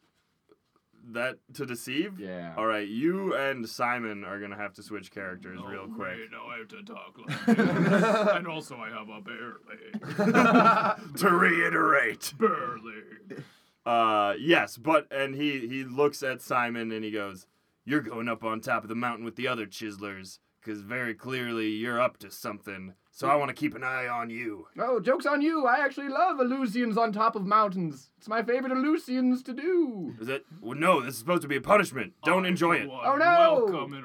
Speaker 1: that to deceive.
Speaker 9: Yeah.
Speaker 1: All right, you and Simon are gonna have to switch characters real quick.
Speaker 6: now I have to talk like this. and also I have a bare leg.
Speaker 7: To reiterate,
Speaker 6: Bare leg.
Speaker 1: Uh, yes, but
Speaker 7: and he he looks at Simon and he goes, "You're going up on top of the mountain with the other chiselers, 'cause
Speaker 1: because very clearly you're up to something. So I want to keep an eye on you.
Speaker 2: Oh, joke's on you. I actually love Eleusians on top of mountains. It's my favorite Eleusians to do.
Speaker 1: Is that? Well, no. This is supposed to be a punishment. Don't enjoy it.
Speaker 2: Oh, no.
Speaker 7: Welcome an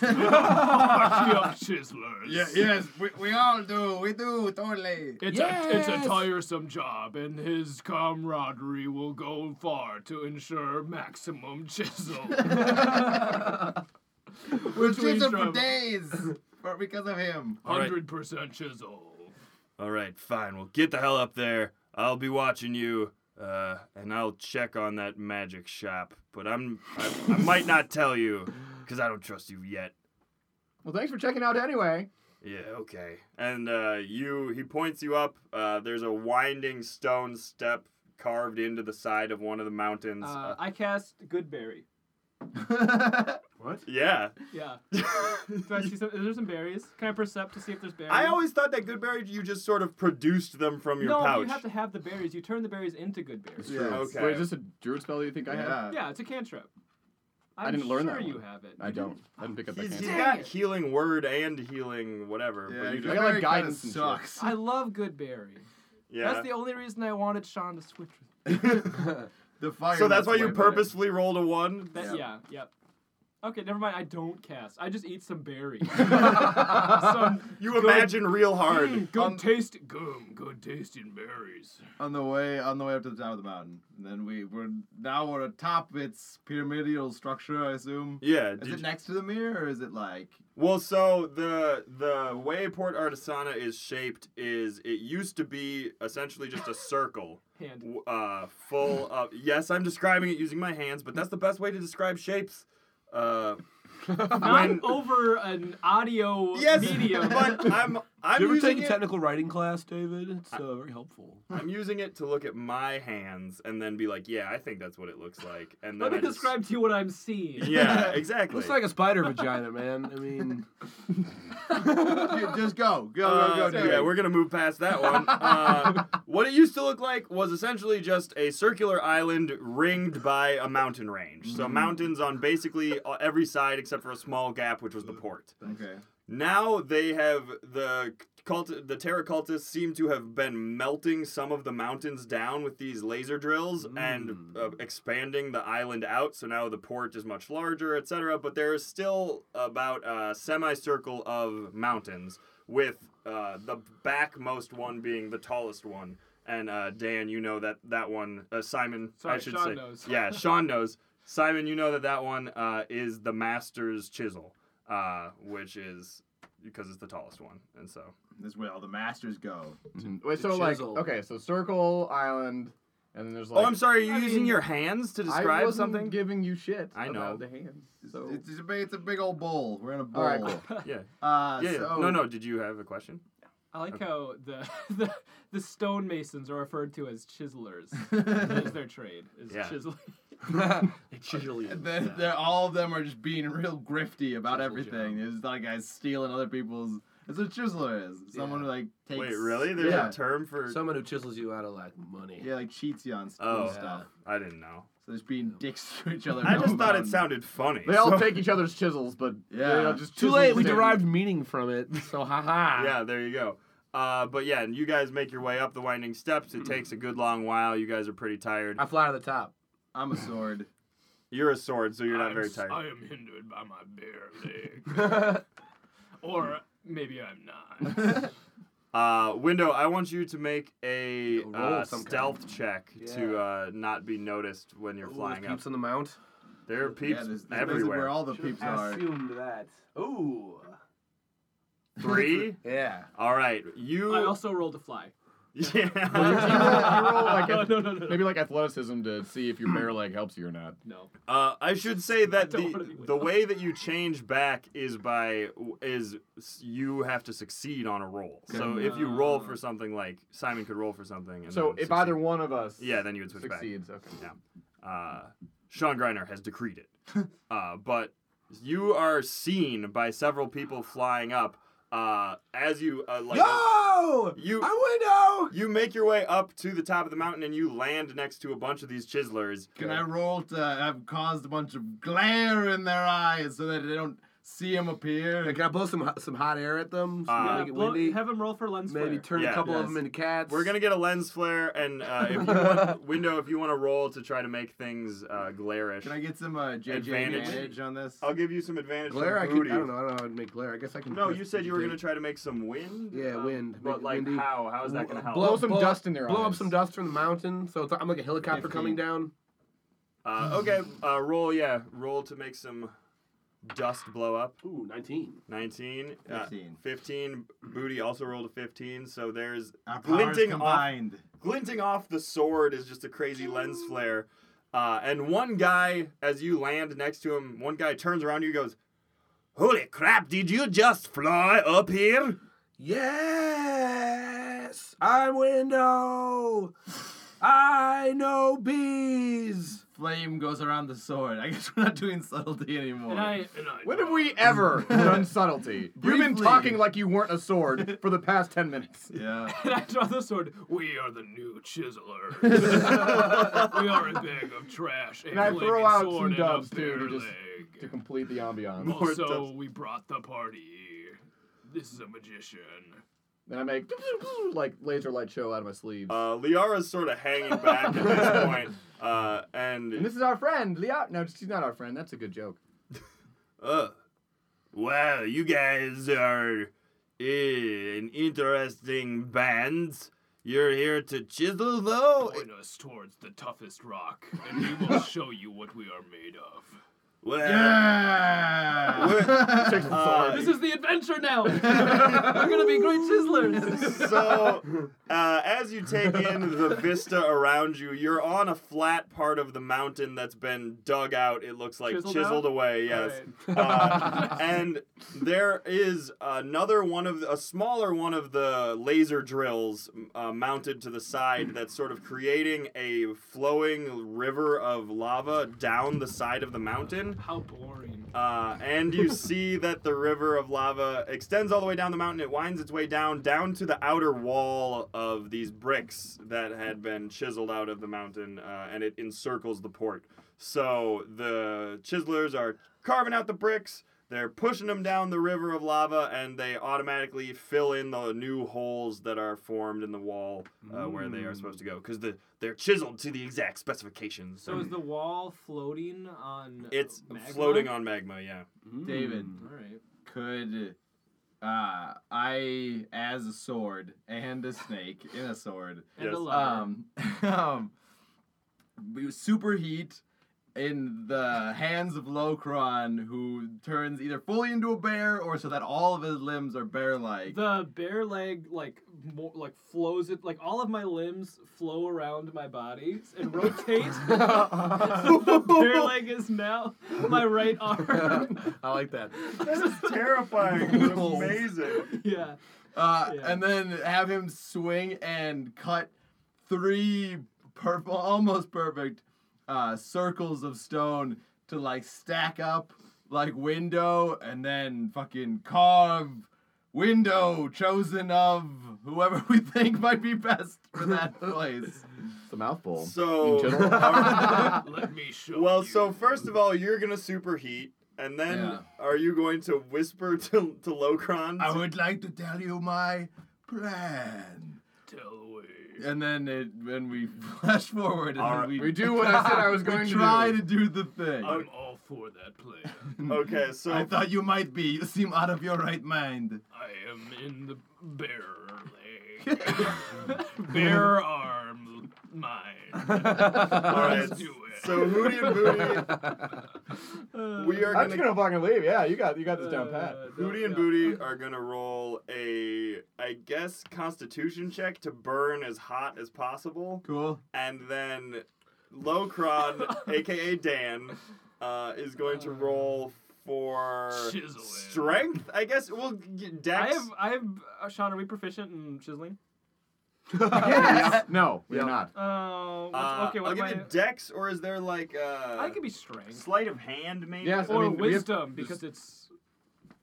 Speaker 7: Party of chiselers.
Speaker 5: Yeah, yes, we, we all do. We do, totally.
Speaker 7: It's, a, it's a tiresome job, and his camaraderie will go far to ensure maximum chisel. Which means
Speaker 5: Chisel for
Speaker 7: I'm
Speaker 5: days for, because of him.
Speaker 7: 100% chisel.
Speaker 1: All right, fine. Well, get the hell up there. I'll be watching you, uh, and I'll check on that magic shop. But I'm, I, I might not tell you, because I don't trust you yet.
Speaker 2: Well, thanks for checking out anyway.
Speaker 1: Yeah, okay. And uh, you, he points you up. Uh, there's a winding stone step carved into the side of one of the mountains.
Speaker 4: Uh, I cast Goodberry.
Speaker 5: What?
Speaker 1: yeah.
Speaker 4: Yeah. Do I see some? Is there some berries? Can I percept to see if there's berries?
Speaker 10: I
Speaker 1: always thought that good berries you just sort of produced them from your
Speaker 4: no, but
Speaker 1: pouch.
Speaker 4: you have to have the berries. You turn the berries into good berries.
Speaker 10: Yeah, okay.
Speaker 2: Wait, is this a druid spell that you think I have?
Speaker 5: Yeah.
Speaker 4: Yeah, it's a cantrip.
Speaker 2: I
Speaker 4: I'm
Speaker 2: didn't learn
Speaker 4: sure
Speaker 2: that
Speaker 4: you
Speaker 2: one.
Speaker 4: have it.
Speaker 2: I don't. I didn't pick up that
Speaker 1: He's, he's
Speaker 2: cantrip.
Speaker 1: got healing word and healing whatever.
Speaker 5: Yeah,
Speaker 1: but you
Speaker 5: Goodberry
Speaker 1: just,
Speaker 2: got, like,
Speaker 5: kinda
Speaker 2: guidance and shit.
Speaker 5: sucks.
Speaker 4: I love Goodberry.
Speaker 1: yeah.
Speaker 4: That's the only reason I wanted Sean to switch with me.
Speaker 5: The fire.
Speaker 1: so that's why you
Speaker 5: way better.
Speaker 1: purposefully rolled a one.
Speaker 4: That, yeah. yep. Okay, never mind. I don't cast. I just eat some berries. some
Speaker 1: You
Speaker 4: good-
Speaker 1: imagine real hard.
Speaker 7: Mm, good taste, gum, good tasting berries.
Speaker 5: on the way on the way up to the top of the mountain. And then we were now we're atop its pyramidal structure, I assume.
Speaker 1: Yeah.
Speaker 5: Is
Speaker 1: did
Speaker 5: it next to the mirror or is it like
Speaker 1: Well, so the the way Port Artisana is shaped is it used to be essentially just a circle,
Speaker 4: Hand.
Speaker 1: w- uh, full of. Yes, I'm describing it using my hands, but that's the best way to describe shapes. Uh,
Speaker 4: Not
Speaker 1: when-
Speaker 4: over an audio
Speaker 1: yes,
Speaker 4: medium.
Speaker 1: but I'm I'm
Speaker 3: Did you ever
Speaker 1: using
Speaker 3: take a
Speaker 1: it.
Speaker 3: technical writing class, David? It's uh, very helpful.
Speaker 1: I'm using it to look at my hands and then be like, yeah, I think that's what it looks like, and then
Speaker 4: Let me
Speaker 1: I just-
Speaker 4: describe to you what I'm seeing.
Speaker 1: Yeah, exactly.
Speaker 3: Looks like a spider vagina, man. I mean,
Speaker 5: Yeah, just go. Go,
Speaker 1: Uh,
Speaker 5: go, go, dude.
Speaker 1: yeah, we're gonna move past that one. Uh, what it used to look like was essentially just a circular island ringed by a mountain range. So mountains on basically uh, every side except for a small gap, which was the port.
Speaker 5: Okay.
Speaker 1: Now they have the cult, the Terra cultists seem to have been melting some of the mountains down with these laser drills
Speaker 4: Hmm.
Speaker 1: and uh, expanding the island out. So now the port is much larger, etc. But there is still about a semicircle of mountains, with uh, the backmost one being the tallest one. And uh, Dan, you know that that one. Uh, Simon, I
Speaker 4: Sorry,
Speaker 1: should
Speaker 4: Sean
Speaker 1: say.
Speaker 4: knows.
Speaker 1: Yeah, Sean knows. Simon, you know that that one uh, is the master's chisel, uh, which is because it's the tallest one, and so
Speaker 5: That's where all the masters go.
Speaker 2: Mhm. Wait, so
Speaker 3: The
Speaker 2: like,
Speaker 3: chisel.
Speaker 2: okay, so circle, island, and then there's like.
Speaker 1: oh, I'm sorry. Are you
Speaker 2: I
Speaker 1: using
Speaker 2: mean,
Speaker 1: your hands to
Speaker 2: I
Speaker 1: describe
Speaker 2: wasn't
Speaker 1: something?
Speaker 2: giving you shit.
Speaker 1: I know.
Speaker 2: About the hands. So.
Speaker 5: It's, it's, a big, it's a big old bowl. We're in a bowl.
Speaker 2: All right,
Speaker 1: yeah. Yeah.
Speaker 5: Uh,
Speaker 1: yeah.
Speaker 5: so,
Speaker 1: no, no. Did you have a question?
Speaker 4: I like how the, the the stonemasons are referred to as chiselers. that is their trade. Is
Speaker 1: Yeah.
Speaker 4: chiseling.
Speaker 5: And Then, they're, all of them are just being real grifty about everything. There's like guys stealing other people's. That's what a chiseler is. Someone who like takes.
Speaker 1: Wait, really? There's
Speaker 5: yeah.
Speaker 1: a term for.
Speaker 3: someone who chisels you out of like money.
Speaker 5: yeah, like cheats you on st-
Speaker 1: Oh.
Speaker 5: stuff.
Speaker 1: I didn't know.
Speaker 5: So just being dicks to each other.
Speaker 1: I
Speaker 5: No
Speaker 1: just thought it
Speaker 5: mountain.
Speaker 1: sounded funny.
Speaker 2: They all
Speaker 5: So-
Speaker 2: take each other's chisels, but
Speaker 5: Yeah.
Speaker 2: they all just
Speaker 3: Too
Speaker 2: chisel
Speaker 3: late. We
Speaker 2: the same-
Speaker 3: derived meaning from it. So haha.
Speaker 1: yeah, there you go. Uh, but yeah, and you guys make your way up the winding steps. It takes a good long while. You guys are pretty tired.
Speaker 3: I fly to the top.
Speaker 5: I'm a sword.
Speaker 1: You're a sword, so you're not
Speaker 7: I'm
Speaker 1: very
Speaker 7: s-
Speaker 1: tired.
Speaker 7: I am hindered by my bare leg.
Speaker 3: All
Speaker 7: or maybe I'm not.
Speaker 1: Uh, Window, I want you to make a,
Speaker 3: roll
Speaker 1: uh,
Speaker 3: of some kind.
Speaker 1: stealth check to
Speaker 3: Yeah.
Speaker 1: uh, not be noticed when you're flying up.
Speaker 3: peeps on the mount.
Speaker 1: There are peeps
Speaker 5: yeah, there's, there's
Speaker 1: everywhere.
Speaker 5: Where all the peeps are.
Speaker 3: Assumed that. Ooh.
Speaker 1: Three.
Speaker 3: Yeah.
Speaker 1: All right, you.
Speaker 4: I also rolled a fly.
Speaker 2: You roll,
Speaker 1: yeah.
Speaker 2: you roll like
Speaker 4: No,
Speaker 2: ath-
Speaker 4: no, no, no. no.
Speaker 2: maybe like athleticism to see if your bare leg helps you or not.
Speaker 4: No.
Speaker 1: Uh, I should say that
Speaker 4: don't wanna
Speaker 1: the
Speaker 4: be Window.
Speaker 1: the way that you change back is by is you have to succeed on a roll. So if you roll
Speaker 4: Uh.
Speaker 1: for something like Simon could roll for something, and
Speaker 2: So
Speaker 1: then
Speaker 2: if either
Speaker 1: succeed-
Speaker 2: one of us
Speaker 1: yeah, then you would switch back.
Speaker 2: succeeds, okay.
Speaker 1: uh, Sean Greiner has decreed it. uh, but you are seen by several people flying up uh, as you uh, like.
Speaker 3: Yo!
Speaker 1: You-
Speaker 3: I window.
Speaker 1: You make your way up to the top of the mountain and you land next to a bunch of these chiselers.
Speaker 5: Can I roll to have caused a bunch of glare in their eyes so that they don't see him appear.
Speaker 3: Like, can I blow some hot- some hot air at them? So
Speaker 1: Uh,
Speaker 3: they get windy?
Speaker 4: have him roll for lens
Speaker 3: Maybe
Speaker 4: flare.
Speaker 3: turn a
Speaker 1: Yeah.
Speaker 3: couple of
Speaker 1: Yes.
Speaker 3: them into cats.
Speaker 1: We're gonna get a lens flare, and uh, if you want, window, if you want to roll to try to make things uh, glarish,
Speaker 5: Can I get some uh, JJ
Speaker 1: Advantage. Uh,
Speaker 5: advantage. on this?
Speaker 1: I'll give you some advantage.
Speaker 3: glare. I
Speaker 1: from
Speaker 3: can.
Speaker 1: booty.
Speaker 3: I don't know. I don't know how to make glare. I guess I can.
Speaker 1: No, you said you were gonna try to make some wind.
Speaker 3: Yeah,
Speaker 1: um,
Speaker 3: wind. Make
Speaker 1: But
Speaker 3: it
Speaker 1: like,
Speaker 3: windy.
Speaker 1: how? How is that gonna help?
Speaker 2: Blow some dust in their
Speaker 3: Blow up
Speaker 2: eyes.
Speaker 3: some dust from the mountain. So it's, I'm like a helicopter coming down.
Speaker 1: Uh, okay, uh, roll. Yeah, roll to make some dust blow up.
Speaker 3: Ooh, 19.
Speaker 1: 19, uh,
Speaker 5: 15.
Speaker 1: 15. Booty also rolled a 15, so there's
Speaker 5: Our powers
Speaker 1: glinting off,
Speaker 5: combined.
Speaker 1: glinting off the sword is just a crazy lens flare. Uh, and one guy, as you land next to him, one guy turns around to you and goes, Holy crap, did you just fly up here?
Speaker 3: Yes, I'm window. I know bees.
Speaker 5: Flame goes around the sword. I guess we're not doing subtlety anymore.
Speaker 4: And I,
Speaker 11: And I
Speaker 2: When have we ever done subtlety? You've been
Speaker 5: Briefly.
Speaker 2: talking like you weren't a sword for the past 10 minutes.
Speaker 5: Yeah.
Speaker 11: and I draw the sword. We are the new chiselers. we are a bag of trash. A
Speaker 2: And I
Speaker 11: flaming
Speaker 2: throw out
Speaker 11: sword
Speaker 2: some
Speaker 11: and a
Speaker 2: doves, too,
Speaker 11: bare
Speaker 2: to just-
Speaker 11: leg.
Speaker 2: To complete the ambiance.
Speaker 1: More
Speaker 11: Also,
Speaker 1: doves.
Speaker 11: we brought the party. This is a magician.
Speaker 2: Then I make like laser light show out of my sleeves.
Speaker 1: Uh, Liara's sort of hanging back at this point. Uh,
Speaker 2: and
Speaker 1: and,
Speaker 2: this is our friend, Liat. No, she's not our friend. That's a good joke.
Speaker 1: uh,
Speaker 7: Well, you guys are eh, an interesting band. You're here to chisel,
Speaker 2: Oh,
Speaker 7: though?
Speaker 11: Point us towards the toughest rock, and we will show you what we are made of.
Speaker 7: Well,
Speaker 5: Yeah.
Speaker 1: we're- uh,
Speaker 4: This is the adventure now. We're gonna be great chiselers.
Speaker 1: so uh, as you take in the vista around you you're on a flat part of the mountain that's been dug out it looks like chiseled,
Speaker 4: Chiseled out?
Speaker 1: away yes uh, and there is another one of the, a smaller one of the laser drills uh, mounted to the side that's sort of creating a flowing river of lava down the side of the mountain
Speaker 4: How boring.
Speaker 1: uh, and you see that the river of lava extends all the way down the mountain. It winds its way down, down to the outer wall of these bricks that had been chiseled out of the mountain, uh, and it encircles the port. So the chiselers are carving out the bricks. They're pushing them down the river of lava, and they automatically fill in the new holes that are formed in the wall uh, where they are supposed to go, because the, they're chiseled to the exact specifications.
Speaker 4: So is the wall floating on?
Speaker 1: it's
Speaker 4: magma?
Speaker 1: floating on magma, yeah.
Speaker 5: David,
Speaker 4: All right.
Speaker 5: could uh, I, as a sword and a snake in a sword,
Speaker 4: And
Speaker 1: Yes.
Speaker 4: a lever.
Speaker 5: um, um, we- superheat in the hands of Locron, who turns either fully into a bear or so that all of his limbs are bear-like.
Speaker 4: the bare leg like mo- like flows it like all of my limbs flow around my body and rotate. so the bare leg is now my right arm.
Speaker 3: I like that.
Speaker 1: This is terrifying. It's amazing.
Speaker 4: yeah.
Speaker 5: Uh,
Speaker 4: Yeah.
Speaker 5: and then have him swing and cut three purple, almost perfect uh, circles of stone to like stack up like window, and then fucking carve window chosen of whoever we think might be best for that place.
Speaker 8: It's a mouthful.
Speaker 1: So,
Speaker 8: general.
Speaker 11: Let me show
Speaker 1: well,
Speaker 11: you.
Speaker 1: so first of all, you're gonna superheat, and then
Speaker 5: Yeah.
Speaker 1: are you going to whisper to to Locron?
Speaker 5: I would like to tell you my plan.
Speaker 11: Tell away.
Speaker 5: And then it, when we flash forward, and
Speaker 1: All
Speaker 5: then
Speaker 1: right.
Speaker 5: we,
Speaker 2: We do what I said I was
Speaker 5: we
Speaker 2: going to
Speaker 5: try
Speaker 2: do.
Speaker 5: to do the thing.
Speaker 11: I'm all for that plan.
Speaker 1: okay, so
Speaker 5: I thought you might be. You seem out of your right mind.
Speaker 11: I am in the bear leg. bear arm mind.
Speaker 1: all right,
Speaker 11: Let's do it.
Speaker 1: so Hootie and Booty, we are
Speaker 2: I'm
Speaker 1: gonna,
Speaker 2: just gonna fucking leave. Yeah, you got you got this down pat.
Speaker 4: Uh,
Speaker 1: Hootie and
Speaker 4: yeah.
Speaker 1: Booty are gonna roll a, I guess, Constitution check to burn as hot as possible,
Speaker 5: Cool.
Speaker 1: and then Locron, aka Dan, uh, is going to roll. For
Speaker 11: Chiseling.
Speaker 1: strength, I guess. Well, g-
Speaker 4: I
Speaker 1: Dex.
Speaker 4: have I have uh, Sean. Are we proficient in chiseling?
Speaker 2: yes. No, we're not.
Speaker 4: Oh. what's-
Speaker 1: Uh,
Speaker 4: okay.
Speaker 1: I'll
Speaker 4: What am
Speaker 1: give
Speaker 4: I?
Speaker 1: you Dex, or is there like uh,
Speaker 4: I could be strength
Speaker 1: sleight of hand maybe?
Speaker 2: Yes, I
Speaker 4: or
Speaker 2: mean, we have-
Speaker 4: wisdom because it's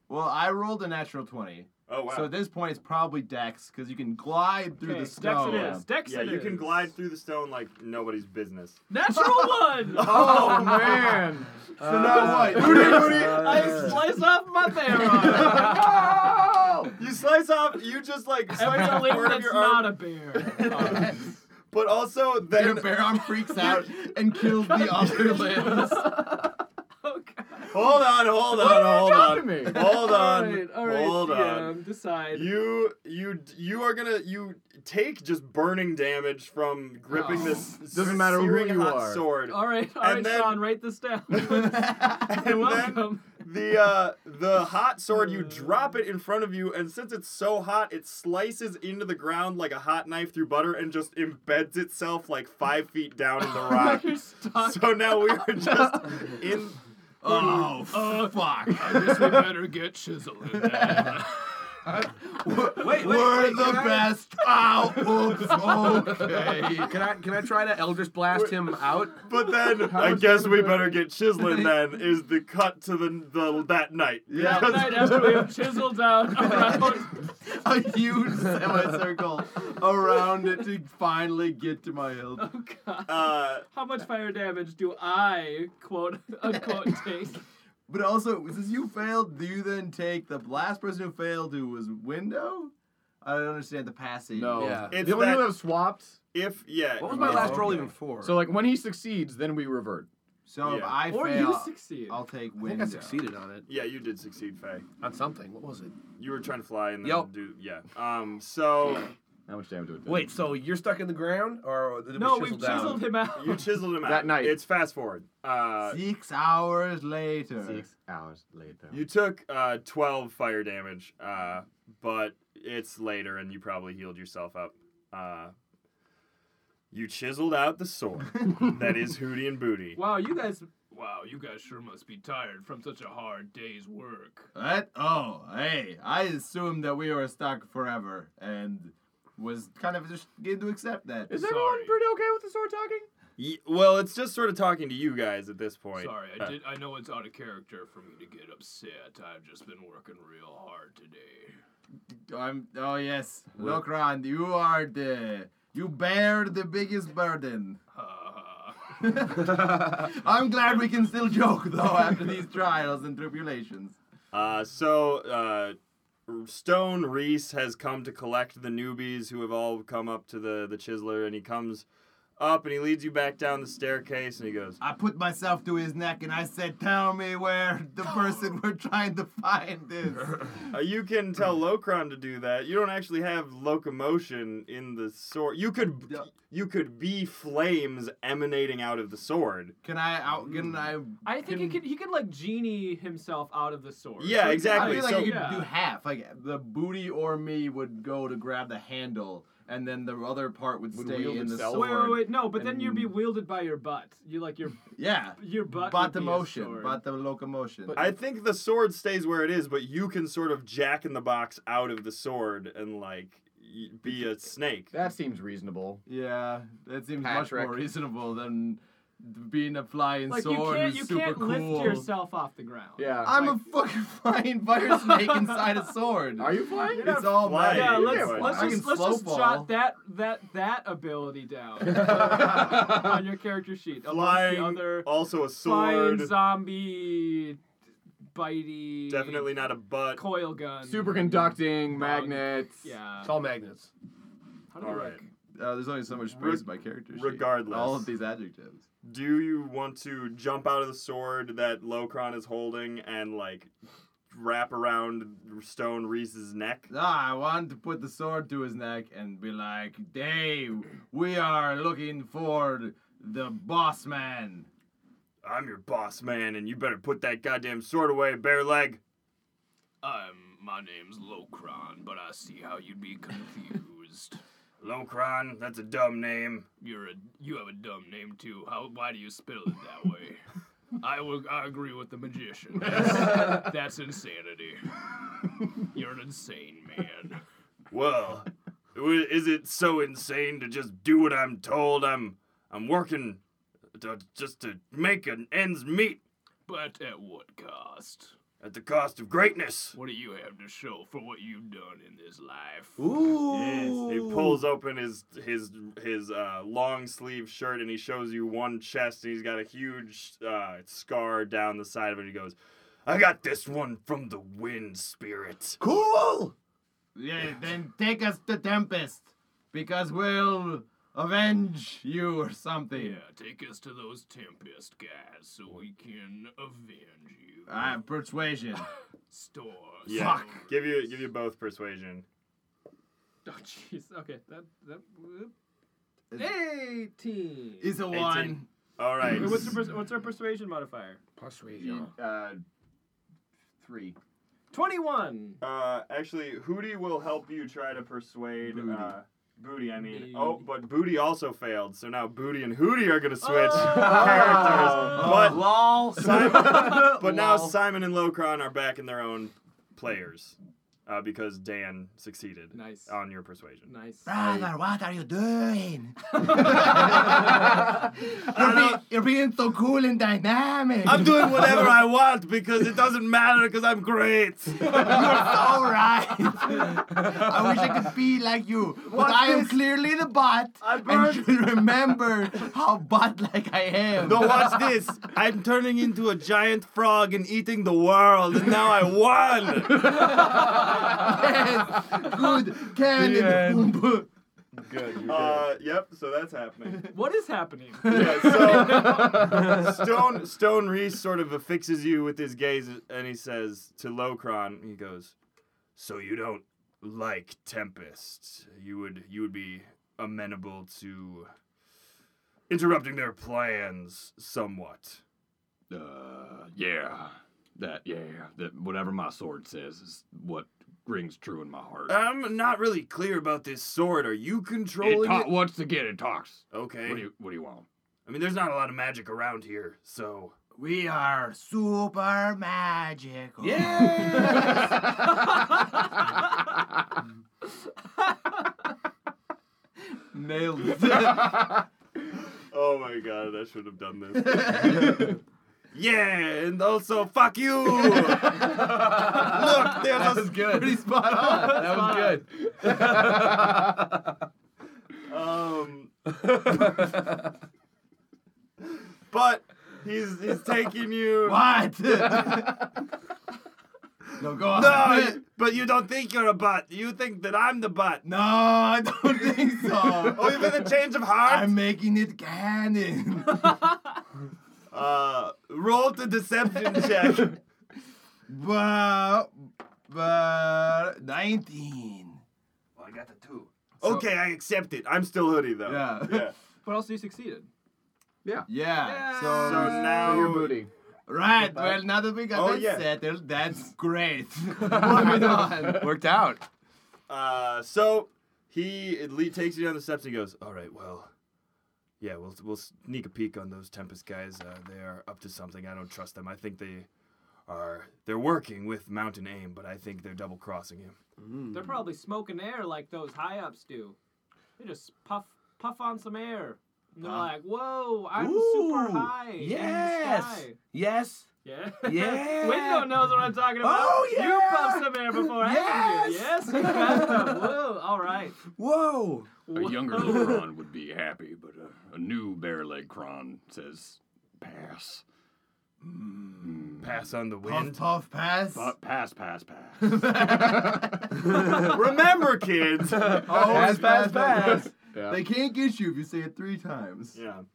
Speaker 5: Well, I rolled a natural 20.
Speaker 1: Oh, wow.
Speaker 5: So at this point, it's probably Dex, because you can glide through
Speaker 1: Okay,
Speaker 5: the
Speaker 1: Dex
Speaker 5: snow.
Speaker 1: it is, Dex Yeah, it you can is. glide through the stone like nobody's business.
Speaker 4: Natural one!
Speaker 1: Oh, man.
Speaker 3: Uh,
Speaker 5: So now what? Booty, booty.
Speaker 4: Oh, I slice off my bear.
Speaker 1: You slice off. You just like slice off
Speaker 4: Every limb
Speaker 1: part of
Speaker 4: that's
Speaker 1: your
Speaker 4: not
Speaker 1: arm.
Speaker 4: a bear.
Speaker 1: But also, then
Speaker 5: Your bear arm freaks out and kills the other limbs.
Speaker 4: Oh,
Speaker 1: Hold on, hold on, hold on. Hold on.
Speaker 4: All right, all right,
Speaker 1: hold on.
Speaker 4: DM, decide.
Speaker 1: You you you are gonna you take just burning damage from gripping
Speaker 4: Oh.
Speaker 1: this
Speaker 2: Doesn't matter who
Speaker 1: searing
Speaker 2: you
Speaker 1: hot
Speaker 2: are.
Speaker 1: sword.
Speaker 3: Oh.
Speaker 4: All right, all
Speaker 1: And
Speaker 4: right,
Speaker 1: then-
Speaker 4: Sean, write this down.
Speaker 1: then-
Speaker 4: You're welcome.
Speaker 1: The uh the hot sword you drop it in front of you and since it's so hot it slices into the ground like a hot knife through butter and just embeds itself like five feet down in the rock.
Speaker 4: You're stuck.
Speaker 1: so now we are just in
Speaker 5: Oh,
Speaker 1: Uh,
Speaker 5: fuck.
Speaker 11: I guess we better get chisel in there.
Speaker 3: Wait, wait,
Speaker 5: We're
Speaker 3: wait,
Speaker 5: the
Speaker 3: can I-
Speaker 5: best. Ow, oops, okay.
Speaker 3: Can I can I try to Eldritch blast him out?
Speaker 1: But then I
Speaker 2: much
Speaker 1: guess
Speaker 2: damage
Speaker 1: we
Speaker 2: would it
Speaker 1: better
Speaker 2: be?
Speaker 1: get chiseling. Then is the cut to the, the that night.
Speaker 5: Yeah.
Speaker 4: That night after we have chiseled out around.
Speaker 5: A huge semicircle around it to finally get to my hilt.
Speaker 4: Oh, God.
Speaker 1: Uh,
Speaker 4: How much fire damage do I, quote unquote, take?
Speaker 5: But also, since you failed, do you then take the last person who failed, who was Window? I don't understand the passing.
Speaker 2: No.
Speaker 3: Yeah.
Speaker 1: it's
Speaker 2: the only
Speaker 1: that
Speaker 2: one have swapped.
Speaker 1: if yeah.
Speaker 3: What was my
Speaker 5: Yeah.
Speaker 3: last roll even for?
Speaker 2: So like when he succeeds, then we revert.
Speaker 5: So if
Speaker 1: Yeah.
Speaker 5: I
Speaker 4: Or
Speaker 5: fail,
Speaker 4: you succeed.
Speaker 5: I'll take
Speaker 3: I think
Speaker 5: Window.
Speaker 3: I succeeded on it.
Speaker 1: Yeah, you did succeed, Faye.
Speaker 3: On something. What was it?
Speaker 1: You were trying to fly and then
Speaker 3: Yup.
Speaker 1: do yeah. Um. So
Speaker 9: How much damage do it do?
Speaker 3: Wait, so you're stuck in the ground, or did we
Speaker 4: No,
Speaker 3: chisel
Speaker 4: we've
Speaker 3: down?
Speaker 4: chiseled him out.
Speaker 1: you chiseled him out
Speaker 2: That night.
Speaker 1: It's fast forward. Uh,
Speaker 5: Six hours
Speaker 6: Uh,
Speaker 5: later.
Speaker 9: Six hours later.
Speaker 1: you took uh twelve fire damage. Uh, but it's later and you probably healed yourself up. Uh. You chiseled out the sword that is Hootie and Booty.
Speaker 4: Wow, you guys.
Speaker 11: wow, you guys sure must be tired from such a hard day's work.
Speaker 5: What? Oh, hey, I assumed that we were stuck forever and was kind of just getting to accept that.
Speaker 2: Is
Speaker 11: Sorry.
Speaker 2: everyone pretty okay with the sword talking?
Speaker 1: Ye- well, it's just sort of talking to you guys at this point.
Speaker 11: Sorry,
Speaker 1: Uh,
Speaker 11: I did. I know it's out of character for me to get upset. I've just been working real hard today.
Speaker 5: I'm, oh, yes. Lokran, you are the. You bear the biggest burden.
Speaker 11: Ha, ha.
Speaker 5: I'm glad we can still joke, though, after these trials and tribulations.
Speaker 1: Uh, so, uh, Stone Reese has come to collect the newbies who have all come up to the, the chiseler, and he comes up and he leads you back down the staircase, and he goes,
Speaker 5: I put myself to his neck and I said, Tell me where the person we're trying to find is.
Speaker 1: uh, "You can tell Locron to do that. You don't actually have locomotion in the sword. You could,
Speaker 5: Yeah.
Speaker 1: you could be flames emanating out of the sword.
Speaker 5: Can I out? Can I?
Speaker 4: I think he could he could like genie himself out of the sword.
Speaker 1: Yeah, exactly.
Speaker 5: I feel like
Speaker 1: so,
Speaker 5: you could
Speaker 4: Yeah.
Speaker 5: do half. Like the booty or me would go to grab the handle, and then the other part would,
Speaker 2: Would
Speaker 5: stay
Speaker 2: wield
Speaker 5: in the
Speaker 2: itself?
Speaker 5: sword.
Speaker 4: Wait, wait, wait, no, but then you'd be
Speaker 5: And-
Speaker 4: wielded by your butt. You like your
Speaker 5: Yeah.
Speaker 4: your butt.
Speaker 5: Bought
Speaker 4: would
Speaker 5: the
Speaker 4: be a
Speaker 5: motion.
Speaker 4: sword.
Speaker 5: Bought the locomotion.
Speaker 1: I think the sword stays where it is, but you can sort of jack in the box out of the sword and like y- be a snake.
Speaker 2: That seems reasonable.
Speaker 5: yeah, that seems much
Speaker 2: Patrick.
Speaker 5: more reasonable than being a flying
Speaker 4: like you
Speaker 5: sword.
Speaker 4: can't
Speaker 5: who's
Speaker 4: you
Speaker 5: super
Speaker 4: can't
Speaker 5: cool.
Speaker 4: lift yourself off the ground.
Speaker 2: Yeah.
Speaker 5: I'm a fucking flying fire snake inside a sword.
Speaker 2: Are you flying?
Speaker 5: It's all
Speaker 1: flying.
Speaker 5: mine.
Speaker 4: Yeah,
Speaker 1: You
Speaker 4: let's
Speaker 1: can't
Speaker 4: let's
Speaker 1: fly.
Speaker 4: just
Speaker 5: I can
Speaker 4: let's just
Speaker 5: slow fall.
Speaker 4: jot that that that ability down on your character sheet. Along with
Speaker 1: flying,
Speaker 4: the other
Speaker 1: also a
Speaker 4: flying
Speaker 1: sword.
Speaker 4: zombie bitey
Speaker 1: Definitely not a butt.
Speaker 4: coil gun.
Speaker 2: Superconducting magnets.
Speaker 4: Yeah.
Speaker 3: It's all magnets.
Speaker 4: How do
Speaker 1: All
Speaker 4: we
Speaker 1: right.
Speaker 4: like-
Speaker 5: Uh, there's only so much space
Speaker 1: Reg-
Speaker 5: in my character. sheet.
Speaker 1: regardless.
Speaker 5: all of these adjectives.
Speaker 1: Do you want to jump out of the sword that Locron is holding and like wrap around Stone Reese's neck?
Speaker 5: Ah, I want to put the sword to his neck and be like, Dave, we are looking for the boss man.
Speaker 1: I'm your boss man, and you better put that goddamn sword away, bare leg.
Speaker 11: I'm. My name's Lokron, but I see how you'd be confused.
Speaker 1: Locron, that's a dumb name.
Speaker 11: You're a. You have a dumb name too. How? Why do you spell it that way? I will. I agree with the magician. That's, that's insanity. You're an insane man.
Speaker 1: Well, w- is it so insane to just do what I'm told? I'm I'm working to, just to make an ends meet.
Speaker 11: But at what cost?
Speaker 7: at the cost of greatness.
Speaker 11: What do you have to show for what you've done in this life?
Speaker 1: Yes, he pulls open his his his uh, long sleeve shirt and he shows you one chest and he's got a huge uh, scar down the side of it. And he goes, "I got this one from the wind spirit."
Speaker 3: Cool!
Speaker 5: Yeah, then take us to Tempest, because we'll avenge you or something.
Speaker 11: Yeah, take us to those Tempest guys so we can avenge you.
Speaker 5: Ah, persuasion.
Speaker 11: Store.
Speaker 1: Yeah,
Speaker 11: so-
Speaker 1: give you give you both persuasion.
Speaker 4: Oh jeez. Okay. That that. Eighteen.
Speaker 5: Is a
Speaker 1: 18.
Speaker 5: one.
Speaker 1: All right.
Speaker 4: Wait, what's her pers- what's her persuasion modifier?
Speaker 3: Persuasion.
Speaker 9: Uh, three.
Speaker 4: Twenty-one.
Speaker 1: Uh, actually, Hootie will help you try to persuade.
Speaker 5: Booty.
Speaker 1: Uh, Booty, I mean.
Speaker 4: Booty.
Speaker 1: Oh, but Booty also failed, so now Booty and Hootie are gonna switch
Speaker 4: Oh.
Speaker 1: characters. But
Speaker 9: lol.
Speaker 1: Simon, but now Simon and Locron are back in their own players uh, because Dan succeeded
Speaker 4: Nice.
Speaker 1: on your persuasion.
Speaker 4: Nice.
Speaker 3: Brother, what are you doing?
Speaker 1: I
Speaker 3: you're,
Speaker 1: don't-
Speaker 3: be- you're being so cool and dynamic.
Speaker 7: I'm doing whatever I want because it doesn't matter because I'm great.
Speaker 3: All right. I wish I could be like you, but I am clearly the bot, and should remember how bot-like I am.
Speaker 7: No, watch this. I'm turning into a giant frog and eating the world, and now I won.
Speaker 3: Yes. Good, Kevin and Boomba.
Speaker 1: Uh, yep, so that's happening.
Speaker 4: What is happening?
Speaker 1: Yeah, so Stone Stone Reese sort of affixes you with his gaze and he says to Locron, he goes, So you don't like Tempest. You would you would be amenable to interrupting their plans somewhat.
Speaker 6: Uh, yeah. That, yeah. That whatever my sword says is what rings true in my heart.
Speaker 2: Uh,
Speaker 7: I'm not really clear about this sword. Are you
Speaker 6: it
Speaker 7: controlling
Speaker 6: ta-
Speaker 7: it?
Speaker 6: once again, it talks.
Speaker 7: Okay.
Speaker 6: What do you What do you want?
Speaker 7: I mean, there's not a lot of magic around here, so.
Speaker 3: We are super magical.
Speaker 5: Nailed
Speaker 1: Oh my god, I should have done this.
Speaker 7: Yeah, and also fuck you. Look, there's a
Speaker 5: good. Pretty spot on. That was good.
Speaker 1: um But he's he's taking you
Speaker 3: What? no, go on.
Speaker 7: no, you- but you don't think you're a butt. You think that I'm the butt.
Speaker 3: No, I don't think
Speaker 7: Oh,
Speaker 3: so.
Speaker 7: you've had a change of heart.
Speaker 3: I'm making it canon.
Speaker 1: uh
Speaker 7: Roll the deception check.
Speaker 3: but, but 19.
Speaker 9: Well, I got the two.
Speaker 7: okay, I accept it.
Speaker 1: I'm still hoodie though.
Speaker 5: Yeah.
Speaker 1: Yeah.
Speaker 4: What else do you succeeded?
Speaker 5: Yeah.
Speaker 1: So
Speaker 5: So
Speaker 9: Your
Speaker 1: now
Speaker 9: booty.
Speaker 3: Right, well, now that we got
Speaker 1: Oh,
Speaker 3: that
Speaker 1: yeah.
Speaker 3: settled, that's great. Moving on.
Speaker 5: worked out.
Speaker 1: Uh, so he le- takes you down the steps and he goes,
Speaker 7: All right, well, yeah, we'll we'll sneak a peek on those Tempest guys. Uh, they are up to something. I don't trust them. I think they are they're working with Mountain Aim, but I think they're double crossing him.
Speaker 4: They're probably smoking air like those high ups do. They just puff puff on some air. And they're like, "Whoa, I'm super
Speaker 3: Ooh,
Speaker 4: high." in the
Speaker 3: Yes.
Speaker 4: sky."
Speaker 3: Yes.
Speaker 4: Yeah.
Speaker 3: Yeah.
Speaker 4: Window knows what I'm talking about.
Speaker 3: Oh,
Speaker 4: You
Speaker 3: yeah.
Speaker 4: puffed some air before, haven't you?
Speaker 3: Yes.
Speaker 4: Yes, you puffed some. Whoa, all right.
Speaker 3: Whoa.
Speaker 6: A younger
Speaker 4: Whoa.
Speaker 6: Lucron would be happy, but a, a new bare leg Cron says pass.
Speaker 7: Pass on the wind.
Speaker 3: Puff, puff, pass.
Speaker 6: Pa- pass, pass, pass.
Speaker 1: "Remember, kids." yeah.
Speaker 5: Pass, pass, pass.
Speaker 9: Yeah.
Speaker 5: They can't get you if you say it three times.
Speaker 9: Yep.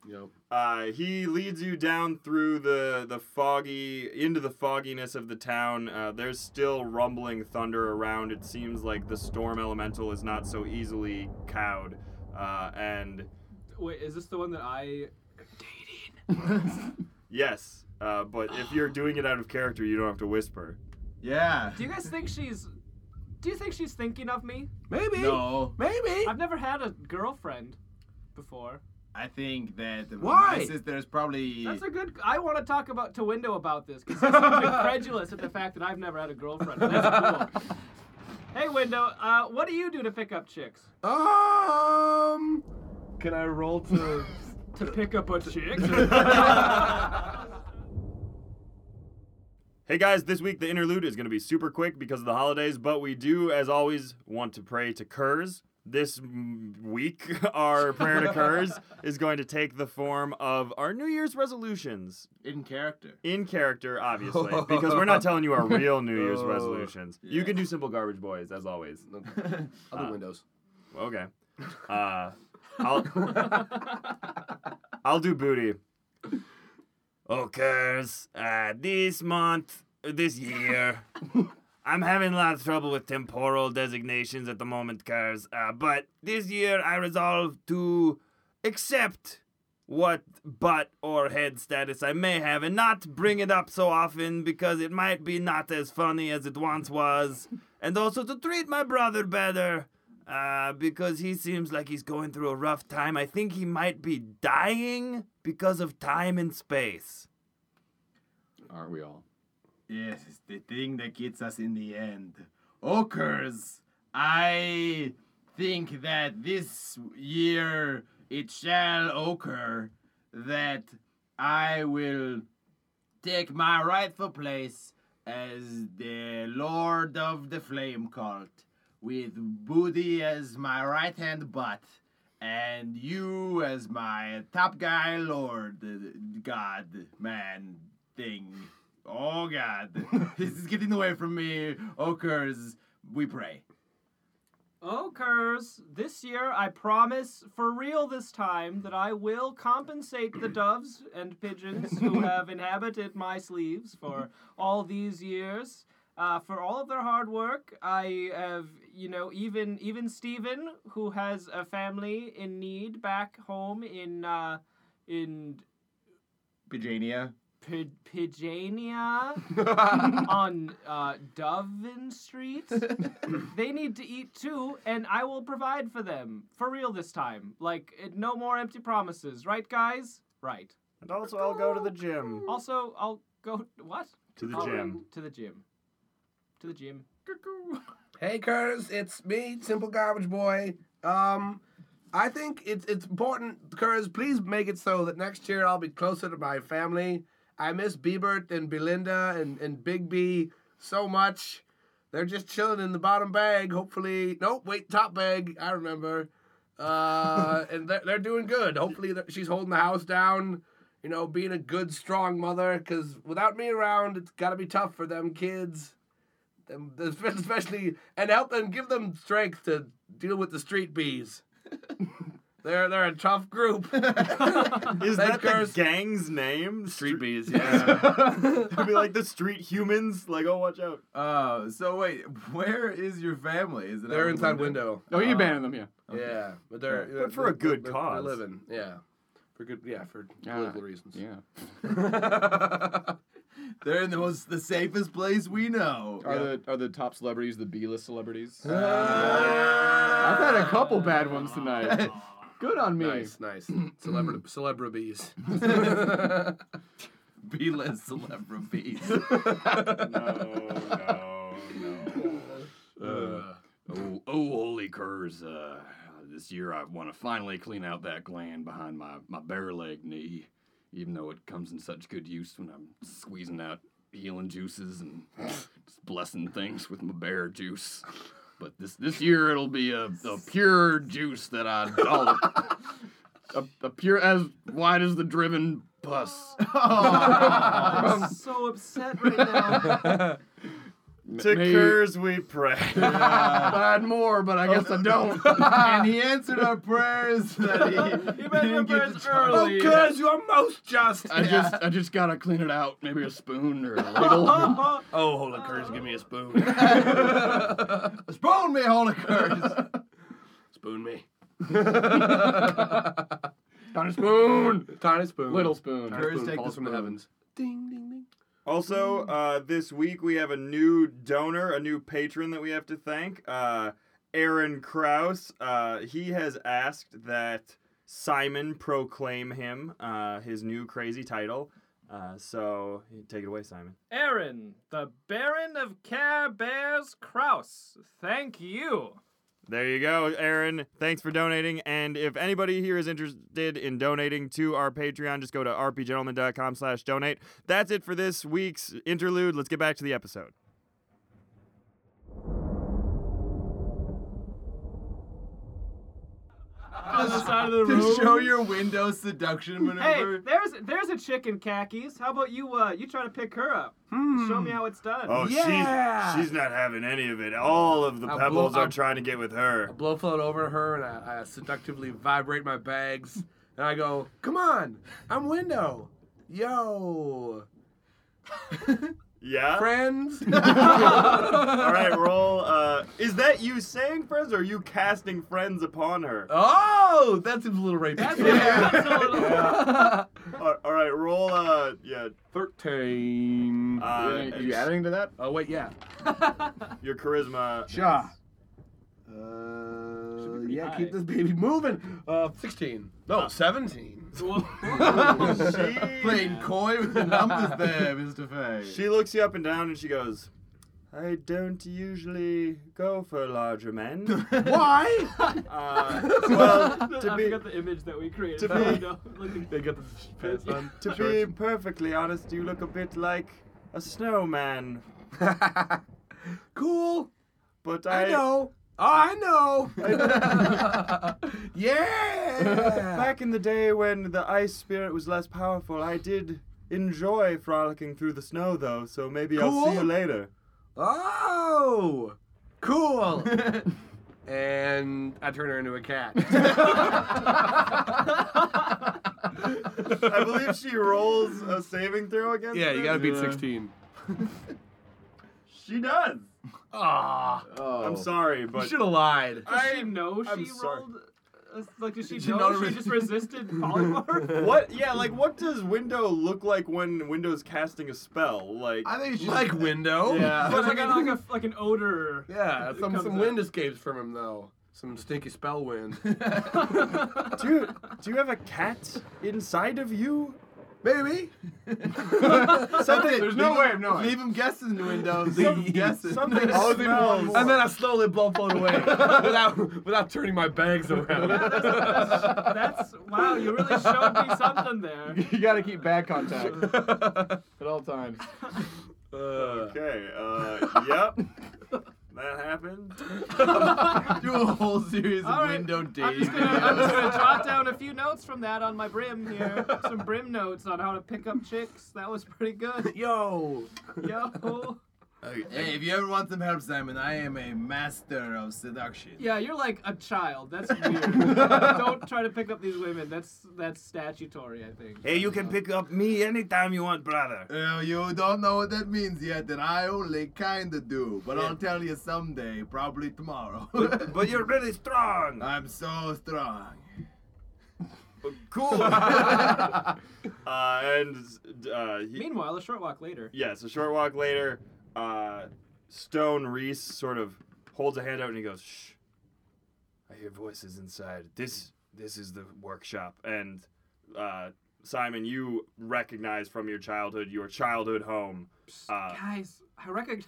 Speaker 1: Uh, he leads you down through the the foggy into the fogginess of the town. Uh, there's still rumbling thunder around. It seems like the storm elemental is not so easily cowed. Uh, and
Speaker 4: Wait, is this the one that I?
Speaker 1: yes, uh, but if you're doing it out of character, you don't have to whisper.
Speaker 5: Yeah.
Speaker 4: Do you guys think she's? Do you think she's thinking of me?
Speaker 3: Maybe.
Speaker 5: No.
Speaker 3: Maybe.
Speaker 4: I've never had a girlfriend before.
Speaker 5: I think that
Speaker 3: Why?
Speaker 5: my sister's probably
Speaker 4: That's a good. I want to talk about to window about this because he's incredulous at the fact that I've never had a girlfriend. That's cool. Hey, window. Uh, what do you do to pick up chicks?
Speaker 3: Um.
Speaker 2: Can I roll to?
Speaker 4: To pick up a chick?
Speaker 1: Hey guys, this week the interlude is going to be super quick because of the holidays, but we do, as always, want to pray to Kurz. This mm, week, our prayer to Kurz is going to take the form of our New Year's resolutions.
Speaker 5: In character.
Speaker 1: In character, obviously, because we're not telling you our real New Year's
Speaker 5: Oh,
Speaker 1: resolutions. You can do simple garbage boys, as always.
Speaker 3: Other
Speaker 1: Uh,
Speaker 3: windows.
Speaker 1: Okay. Uh, I'll, I'll do booty.
Speaker 7: Okay, uh, this month, uh, this year, I'm having a lot of trouble with temporal designations at the moment, Curse. Uh, but this year, I resolve to accept what butt or head status I may have and not bring it up so often because it might be not as funny as it once was. And also to treat my brother better uh, because he seems like he's going through a rough time. I think he might be dying because of time and space.
Speaker 2: Are we all?
Speaker 5: Yes, it's the thing that gets us in the end. Okers, I think that this year it shall occur that I will take my rightful place as the Lord of the Flame Cult, with Booty as my right hand butt, and you as my top guy, Lord, uh, God, man, thing. Oh God, this is getting away from me. Okers, we pray.
Speaker 4: Oh, Kurz, this year I promise for real this time that I will compensate the doves and pigeons who have inhabited my sleeves for all these years. Uh, for all of their hard work, I have, you know, even even Stephen, who has a family in need back home in uh, in
Speaker 5: Pijania.
Speaker 4: P- Pijania on uh, Doven Street. they need to eat too, and I will provide for them for real this time. Like it- no more empty promises, right, guys? Right.
Speaker 1: And also, I'll go to the gym.
Speaker 4: Also, I'll go what?
Speaker 1: To the
Speaker 4: I'll-
Speaker 1: gym.
Speaker 4: To the gym. To the gym.
Speaker 3: Hey, Curtis, it's me, Simple Garbage Boy. Um, I think it's it's important, Curtis. Please make it so that next year I'll be closer to my family. I miss Bebert and Belinda and and Big B so much. They're just chilling in the bottom bag. Hopefully, nope, wait, top bag. I remember. Uh, and they're, they're doing good. Hopefully, they're- she's holding the house down. You know, being a good, strong mother. Because without me around, it's got to be tough for them kids them, especially and help them give them strength to deal with the street bees. they're they're a tough group.
Speaker 1: Is that the
Speaker 3: Thank Kurz.
Speaker 1: gang's name? Street
Speaker 2: bees, yeah.
Speaker 1: It'd be like the street humans. Like, oh, watch out.
Speaker 5: Uh, so wait, where is your family? Is it
Speaker 3: They're
Speaker 5: out
Speaker 3: inside
Speaker 5: the
Speaker 3: window.
Speaker 12: Oh, he abandoned them, yeah.
Speaker 3: Yeah, but they're
Speaker 1: But for a good
Speaker 3: they're-
Speaker 1: cause.
Speaker 3: They're living, yeah, for good, yeah, for political reasons.
Speaker 12: Yeah.
Speaker 5: They're in the most the safest place we know.
Speaker 13: Are the are the top celebrities the B list celebrities?
Speaker 12: I've had a couple bad ones tonight. Good on me.
Speaker 3: Nice, nice. Celebrity, celebrities.
Speaker 5: B list celebrities.
Speaker 2: no, no. Uh, oh, oh, holy curs. Uh, this year I want to finally clean out that gland behind my, my bare leg knee, even though it comes in such good use when I'm squeezing out healing juices and just blessing things with my bare juice. But this, this year it'll be a, a pure juice that I dollop. a, a pure as wide as the driven pus.
Speaker 4: I'm so upset right now.
Speaker 1: To
Speaker 13: May-
Speaker 1: Kurz we pray.
Speaker 13: I'd more, but I guess I don't.
Speaker 5: and he answered our prayers that
Speaker 2: Oh,
Speaker 5: he,
Speaker 4: You
Speaker 5: he
Speaker 4: made your
Speaker 5: didn't get
Speaker 4: prayers
Speaker 5: to talk.
Speaker 4: early.
Speaker 3: Because you are most just.
Speaker 13: I just I just gotta clean it out. Maybe a spoon or a ladle.
Speaker 7: Oh, holy Curse, give me a spoon.
Speaker 5: Spoon me, holy curse.
Speaker 7: Spoon me.
Speaker 13: Not a spoon.
Speaker 3: Tiny spoon.
Speaker 13: Little spoon.
Speaker 3: Tiny
Speaker 5: Curse
Speaker 3: spoon
Speaker 5: take
Speaker 3: falls
Speaker 5: the
Speaker 3: from the
Speaker 5: spoon.
Speaker 3: heavens. Ding ding ding.
Speaker 1: Also, uh, this week we have a new donor, a new patron that we have to thank. Uh, Aaron Kraus. Uh, he has asked that Simon proclaim him uh, his new crazy title. Uh, so take it away, Simon.
Speaker 4: Aaron, the Baron of Care Bears Kraus. Thank you.
Speaker 1: There you go, Aaron. Thanks for donating. And if anybody here is interested in donating to our Patreon, just go to rpgentleman.com slash donate. That's it for this week's interlude. Let's get back to the episode.
Speaker 4: on the side of the room.
Speaker 5: To show your window seduction
Speaker 4: Hey,
Speaker 5: maneuver.
Speaker 4: there's there's a chick in khakis. How about you? Uh, you try to pick her up? Show me how it's done.
Speaker 7: Oh, she's she's not having any of it. All of the
Speaker 8: I blow-
Speaker 7: pebbles
Speaker 8: I-
Speaker 7: are trying to get with her.
Speaker 8: blow float over to her and I, I seductively vibrate my bags and I go, "Come on, I'm window, yo,
Speaker 1: Yeah.
Speaker 8: friends."
Speaker 1: All right, roll. Uh, is that you saying friends, or are you casting friends upon her?
Speaker 8: Oh, that seems a little rapey. Uh,
Speaker 1: all, all right, roll. Uh, yeah,
Speaker 5: Thirteen.
Speaker 1: Uh,
Speaker 5: you add anything to that?
Speaker 8: Oh wait, yeah.
Speaker 1: your charisma.
Speaker 8: Ja. Uh, yeah, keep this baby moving. Uh, 16. No, 17.
Speaker 5: Playing coy with the numbers there, Mr. Fay.
Speaker 1: She looks you up and down, and she goes, "I don't usually go for larger men."
Speaker 8: Why?
Speaker 1: Uh, well,
Speaker 4: I
Speaker 1: to be
Speaker 4: forgot the image that we created.
Speaker 1: to be-
Speaker 4: No, looking-
Speaker 8: They got the pants on.
Speaker 1: to be perfectly honest, you look a bit like a snowman,
Speaker 8: cool.
Speaker 1: but
Speaker 8: I,
Speaker 1: I,
Speaker 8: know. Oh, I know. yeah.
Speaker 1: Back in the day when the ice spirit was less powerful, I did enjoy frolicking through the snow, though. So maybe I'll see
Speaker 8: Cool.
Speaker 1: you later.
Speaker 8: Oh, cool. and I turn her into a cat.
Speaker 1: I believe she rolls a saving throw against.
Speaker 8: yeah, you gotta
Speaker 1: it.
Speaker 8: beat 16.
Speaker 1: She does.
Speaker 8: Ah,
Speaker 5: Oh.
Speaker 1: I'm sorry,
Speaker 8: you
Speaker 1: but
Speaker 8: should have lied.
Speaker 4: Does she know she
Speaker 1: I'm sorry.
Speaker 4: rolled? uh, Like, does she
Speaker 8: She
Speaker 4: know
Speaker 8: not
Speaker 4: she
Speaker 8: re-
Speaker 4: just resisted polymorph?
Speaker 1: what? Yeah, like what does window look like when Window's casting a spell? Like
Speaker 3: I think it's just
Speaker 8: Like window.
Speaker 1: Yeah.
Speaker 4: But like, a, like, a, like an odor.
Speaker 8: Yeah,
Speaker 4: It
Speaker 8: some,
Speaker 4: comes
Speaker 8: some
Speaker 4: out.
Speaker 8: wind escapes from him though. Some stinky spell wind.
Speaker 1: do you, do you have a cat inside of you?
Speaker 8: Maybe.
Speaker 1: Something.
Speaker 8: There's no way of knowing.
Speaker 5: Leave him guessing, Windows. Leave him guessing.
Speaker 1: Something
Speaker 4: Oh,
Speaker 1: smells.
Speaker 8: And then I slowly blow float away without without turning my bags around.
Speaker 4: That's wow. You really showed me something there.
Speaker 11: you gotta keep bad contact at all times.
Speaker 1: Okay. Uh, yep. That happened.
Speaker 5: Do a whole series
Speaker 4: All
Speaker 5: of
Speaker 4: right,
Speaker 5: window
Speaker 4: I'm
Speaker 5: dating.
Speaker 4: just, gonna, I'm just gonna
Speaker 5: videos.
Speaker 4: jot down a few notes from that on my brim here. Some brim notes on how to pick up chicks. That was pretty good.
Speaker 8: Yo.
Speaker 4: Yo.
Speaker 5: Hey, if you ever want some help, Simon, I am a master of seduction.
Speaker 4: Yeah, you're like a child. That's weird. Don't try to pick up these women. That's that's statutory, I think.
Speaker 7: Hey, you can pick up me anytime you want, brother.
Speaker 5: Uh, you don't know what that means yet, and I only kinda do, but I'll tell you someday, probably tomorrow.
Speaker 7: But you're really strong.
Speaker 1: Uh,
Speaker 5: I'm so strong.
Speaker 7: Cool.
Speaker 1: Uh, and uh, he,
Speaker 4: Meanwhile, a short walk later.
Speaker 1: Yes, a short walk later, uh, Stone Reese sort of holds a hand out and he goes, "Shh, I hear voices inside. This this is the workshop." And uh, Simon, you recognize from your childhood, your childhood home. Uh,
Speaker 4: Guys, I recognize.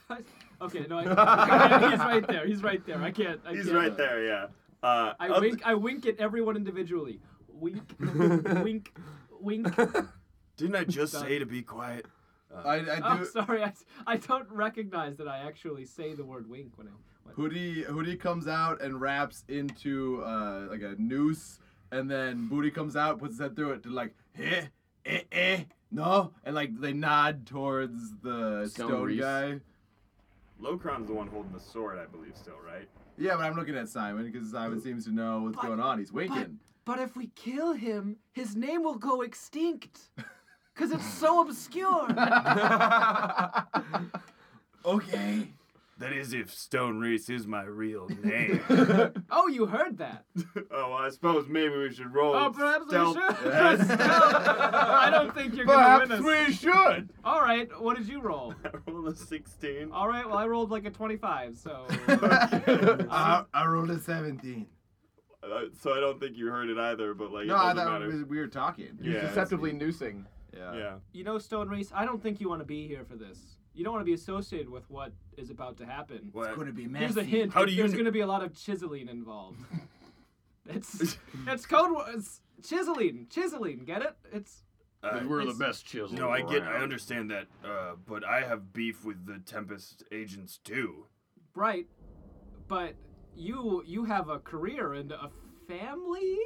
Speaker 4: Okay, no, I, God, he's right there. He's right there. I can't. I
Speaker 1: he's
Speaker 4: can't.
Speaker 1: right there, yeah. Uh,
Speaker 4: I
Speaker 1: up-
Speaker 4: wink. I wink at everyone individually. Wink, wink, wink.
Speaker 7: Didn't I just say to be quiet?
Speaker 5: I, I
Speaker 4: I'm Oh,
Speaker 5: do.
Speaker 4: sorry. I, I don't recognize that I actually say the word wink when I. What?
Speaker 5: Hoodie Hoodie comes out and wraps into uh, like a noose, and then Booty comes out, puts his head through it to like eh eh eh no, and like they nod towards the
Speaker 14: Stone
Speaker 5: stone,
Speaker 14: Reese.
Speaker 5: guy.
Speaker 1: Locron's the one holding the sword, I believe, still, right?
Speaker 5: Yeah, but I'm looking at Simon because Simon seems to know what's
Speaker 4: But-
Speaker 5: going on. He's winking.
Speaker 4: But if we kill him, his name will go extinct. Cause it's so obscure.
Speaker 5: Okay.
Speaker 7: That is if Stone Reese is my real name.
Speaker 4: oh, you heard that?
Speaker 1: oh, well, I suppose maybe we should roll.
Speaker 4: Oh, perhaps
Speaker 1: stealth.
Speaker 4: we should. I don't think you're gonna win us.
Speaker 8: we should.
Speaker 4: All right, what did you roll?
Speaker 1: roll a sixteen.
Speaker 4: All right, well I rolled like a 25, so
Speaker 5: I, I rolled a 17.
Speaker 1: Uh, so I don't think you heard it either, but like
Speaker 5: No,
Speaker 1: it
Speaker 5: I
Speaker 1: doesn't
Speaker 5: thought uh,
Speaker 1: matter.
Speaker 5: we, we were talking.
Speaker 1: Yeah.
Speaker 11: Deceptively noosing.
Speaker 5: Yeah.
Speaker 1: yeah.
Speaker 4: you know Stone Reese, I don't think you want to be here for this. you don't want to be associated with what is about to happen.
Speaker 5: What? gonna be
Speaker 4: Here's a
Speaker 5: messy.
Speaker 4: hint.
Speaker 5: How do you
Speaker 4: There's
Speaker 5: kn-
Speaker 4: going to be a lot of chiseling involved. it's it's code words. Chiseling, chiseling. Get it? It's.
Speaker 1: Uh,
Speaker 4: it's-
Speaker 1: No, I get, I understand that, uh, but I have beef with the Tempest agents too.
Speaker 4: Right, but you you have a career and a family.